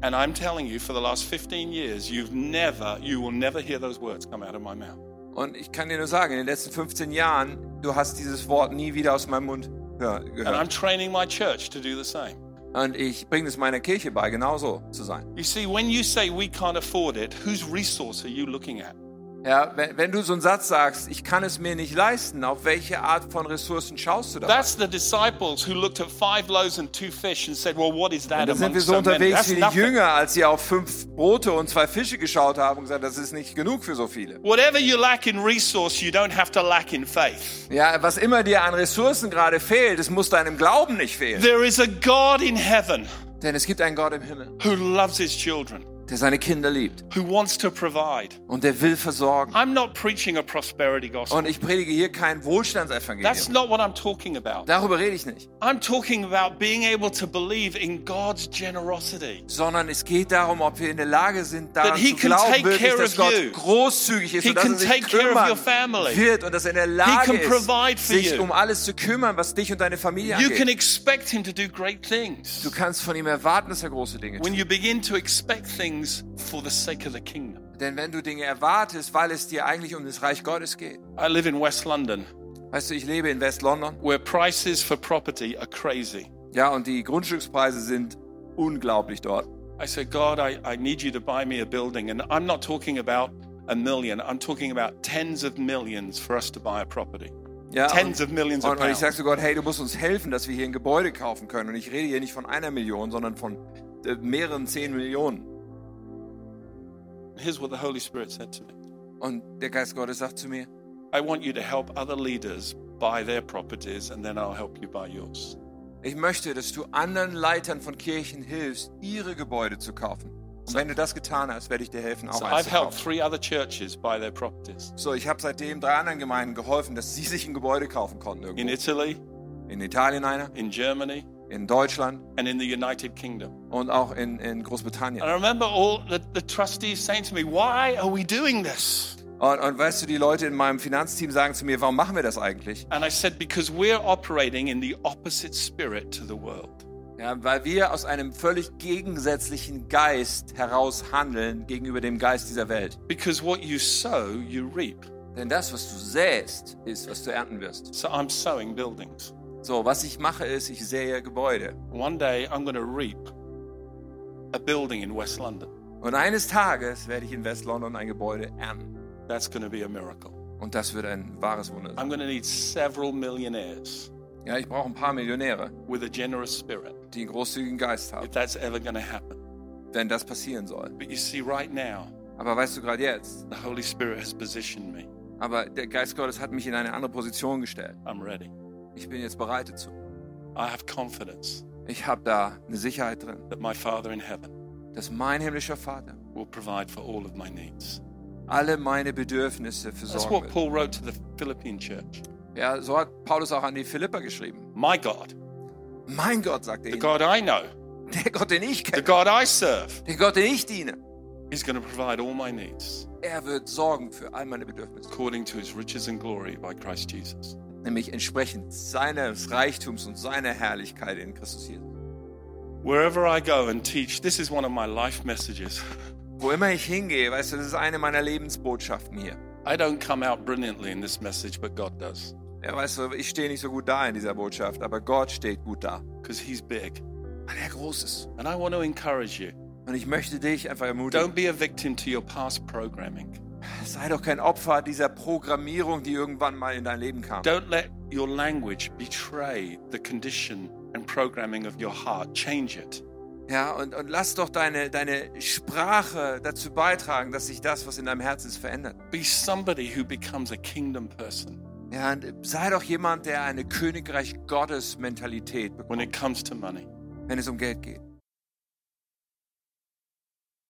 Speaker 2: And I'm telling you, for the last 15 years, you've never, you will never hear those words come out of my mouth.
Speaker 3: Und ich kann dir nur sagen, in den letzten 15 Jahren, du hast dieses Wort nie wieder aus meinem Mund hör-
Speaker 2: And I'm
Speaker 3: gehört.
Speaker 2: training my church to do the same.
Speaker 3: Und ich bringe es meiner Kirche bei, genauso zu sein.
Speaker 2: You see, when you say we can't afford it, whose resource are you looking at?
Speaker 3: Ja, wenn, wenn du so einen Satz sagst, ich kann es mir nicht leisten, auf welche Art von Ressourcen schaust du da?
Speaker 2: That's the disciples who looked at five loaves and two fish and said, Well, what is that
Speaker 3: Da sind wir
Speaker 2: amongst
Speaker 3: so
Speaker 2: so many?
Speaker 3: unterwegs
Speaker 2: That's
Speaker 3: wie die
Speaker 2: nothing.
Speaker 3: Jünger, als sie auf fünf Brote und zwei Fische geschaut haben und gesagt, das ist nicht genug für so viele.
Speaker 2: Whatever you lack in resource, you don't have to lack in faith.
Speaker 3: Ja, was immer dir an Ressourcen gerade fehlt, es muss deinem Glauben nicht fehlen.
Speaker 2: There is a God in heaven
Speaker 3: Denn es gibt einen Gott im Himmel,
Speaker 2: who loves his children,
Speaker 3: der seine Kinder liebt
Speaker 2: who wants to provide.
Speaker 3: und der will versorgen.
Speaker 2: I'm not preaching a prosperity gospel.
Speaker 3: Und ich predige hier kein
Speaker 2: That's
Speaker 3: Wohlstandsevangelium.
Speaker 2: not what I'm talking about.
Speaker 3: Darüber rede ich nicht,
Speaker 2: I'm talking about being able to believe in God's generosity.
Speaker 3: sondern es geht darum, ob wir in der Lage sind, daran
Speaker 2: That he
Speaker 3: zu
Speaker 2: can take
Speaker 3: glauben, wirklich,
Speaker 2: care
Speaker 3: dass
Speaker 2: of
Speaker 3: Gott
Speaker 2: you.
Speaker 3: großzügig ist
Speaker 2: He
Speaker 3: und dass
Speaker 2: can
Speaker 3: er sich
Speaker 2: take care of your
Speaker 3: kümmern
Speaker 2: family.
Speaker 3: wird und dass er in der
Speaker 2: can
Speaker 3: Lage
Speaker 2: provide
Speaker 3: ist,
Speaker 2: for
Speaker 3: sich
Speaker 2: you.
Speaker 3: um alles zu kümmern, was dich und deine Familie
Speaker 2: You can
Speaker 3: angeht.
Speaker 2: expect him to do great things.
Speaker 3: Du kannst von ihm erwarten, dass er große Dinge
Speaker 2: when
Speaker 3: tut.
Speaker 2: you begin to expect things for the sake of the kingdom.
Speaker 3: Denn wenn du Dinge erwartest, weil es dir eigentlich um das Reich Gottes geht.
Speaker 2: I live in West London,
Speaker 3: Weißt du, ich lebe in West-London,
Speaker 2: where prices for property are crazy.
Speaker 3: ja, und die Grundstückspreise sind unglaublich dort.
Speaker 2: I said, God, I, I need you to buy me a building. And I'm not talking about a million, I'm talking about tens of millions for us to buy a property.
Speaker 3: Ja,
Speaker 2: Tens
Speaker 3: und,
Speaker 2: of millions of
Speaker 3: und, und ich
Speaker 2: pounds.
Speaker 3: sag zu Gott, hey, du musst uns helfen, dass wir hier ein Gebäude kaufen können. Und ich rede hier nicht von einer Million, sondern von äh, mehreren zehn Millionen.
Speaker 2: Here's what the Holy Spirit said to me
Speaker 3: Und der Geist Gottes sagt zu mir,
Speaker 2: I want you to help other leaders buy their properties, and then I'll help you buy yours.
Speaker 3: ich möchte, dass du anderen Leitern von Kirchen hilfst, ihre Gebäude zu kaufen. Und wenn du das getan hast, werde ich dir helfen, auch
Speaker 2: So
Speaker 3: eins
Speaker 2: I've
Speaker 3: zu
Speaker 2: helped
Speaker 3: kaufen.
Speaker 2: three other churches buy their properties
Speaker 3: So, ich habe seitdem drei anderen Gemeinden geholfen, dass sie sich ein Gebäude kaufen konnten
Speaker 2: in
Speaker 3: irgendwo.
Speaker 2: Italy,
Speaker 3: In Italien einer,
Speaker 2: in Germany,
Speaker 3: in Deutschland
Speaker 2: and in the United Kingdom.
Speaker 3: und auch in, in
Speaker 2: And
Speaker 3: Großbritannien.
Speaker 2: I remember all the, the trustees saying to me, Why are we doing this?
Speaker 3: Und, und weißt du, die Leute in meinem Finanzteam sagen zu mir, warum machen wir das eigentlich?
Speaker 2: And I said, Because we're operating in the opposite spirit to the world.
Speaker 3: Ja, weil wir aus einem völlig gegensätzlichen Geist heraus handeln gegenüber dem Geist dieser Welt.
Speaker 2: Because what you sow, you reap.
Speaker 3: Denn das, was du säst, ist, was du ernten wirst.
Speaker 2: So I'm sowing buildings.
Speaker 3: So, was ich mache, ist, ich sähe Gebäude.
Speaker 2: One day I'm going to reap a building in West London.
Speaker 3: Und eines Tages werde ich in West-London ein Gebäude ernten.
Speaker 2: That's going to be a miracle.
Speaker 3: Und das wird ein wahres Wunder sein.
Speaker 2: I'm going to need several millionaires
Speaker 3: Ja, ich brauche ein paar Millionäre,
Speaker 2: with a generous spirit
Speaker 3: die einen großzügigen Geist haben,
Speaker 2: if that's ever going to happen.
Speaker 3: wenn das passieren soll.
Speaker 2: But you see, right now,
Speaker 3: Aber weißt du gerade jetzt,
Speaker 2: the Holy Spirit has positioned me.
Speaker 3: aber der Geist Gottes hat mich in eine andere Position gestellt.
Speaker 2: I'm ready.
Speaker 3: Ich bin jetzt bereit dazu.
Speaker 2: I have confidence
Speaker 3: Ich habe da eine Sicherheit drin,
Speaker 2: that my Father in heaven
Speaker 3: dass mein himmlischer Vater
Speaker 2: will provide for all of my needs.
Speaker 3: alle meine Bedürfnisse
Speaker 2: That's
Speaker 3: versorgen
Speaker 2: what
Speaker 3: wird.
Speaker 2: Paul wrote to the Philippine church.
Speaker 3: Ja, so hat Paulus auch an die Philipper geschrieben.
Speaker 2: My God,
Speaker 3: Mein Gott, sagt er
Speaker 2: the
Speaker 3: ihnen,
Speaker 2: God I know,
Speaker 3: der Gott, den ich
Speaker 2: the
Speaker 3: kenne,
Speaker 2: God I serve,
Speaker 3: der Gott, den ich diene,
Speaker 2: is going to provide all my needs
Speaker 3: er wird sorgen für all meine Bedürfnisse.
Speaker 2: according to his riches and glory by Christ Jesus.
Speaker 3: Nämlich entsprechend seines Reichtums und seiner Herrlichkeit in Christus Jesus.
Speaker 2: Wherever I go and teach, this is one of my life messages. (laughs)
Speaker 3: Wo immer ich hingehe, weißt du, das ist eine meiner Lebensbotschaften hier.
Speaker 2: I don't come out brilliantly in this message, but God does
Speaker 3: Ja, weißt du, ich stehe nicht so gut da in dieser Botschaft, aber Gott steht gut da,
Speaker 2: because He's big.
Speaker 3: weil er groß ist.
Speaker 2: And I want to encourage you
Speaker 3: Und ich möchte dich einfach ermutigen,
Speaker 2: don't be a victim to your past programming.
Speaker 3: sei doch kein Opfer dieser Programmierung, die irgendwann mal in dein Leben kam.
Speaker 2: Don't let your language betray the condition and programming of your heart. Change it.
Speaker 3: Ja, und, und lass doch deine, deine Sprache dazu beitragen, dass sich das, was in deinem Herzen ist, verändert.
Speaker 2: Be somebody who becomes a kingdom person
Speaker 3: Ja, und sei doch jemand, der eine Königreich Gottes Mentalität bekommt,
Speaker 2: when it comes to money.
Speaker 3: wenn es um Geld geht.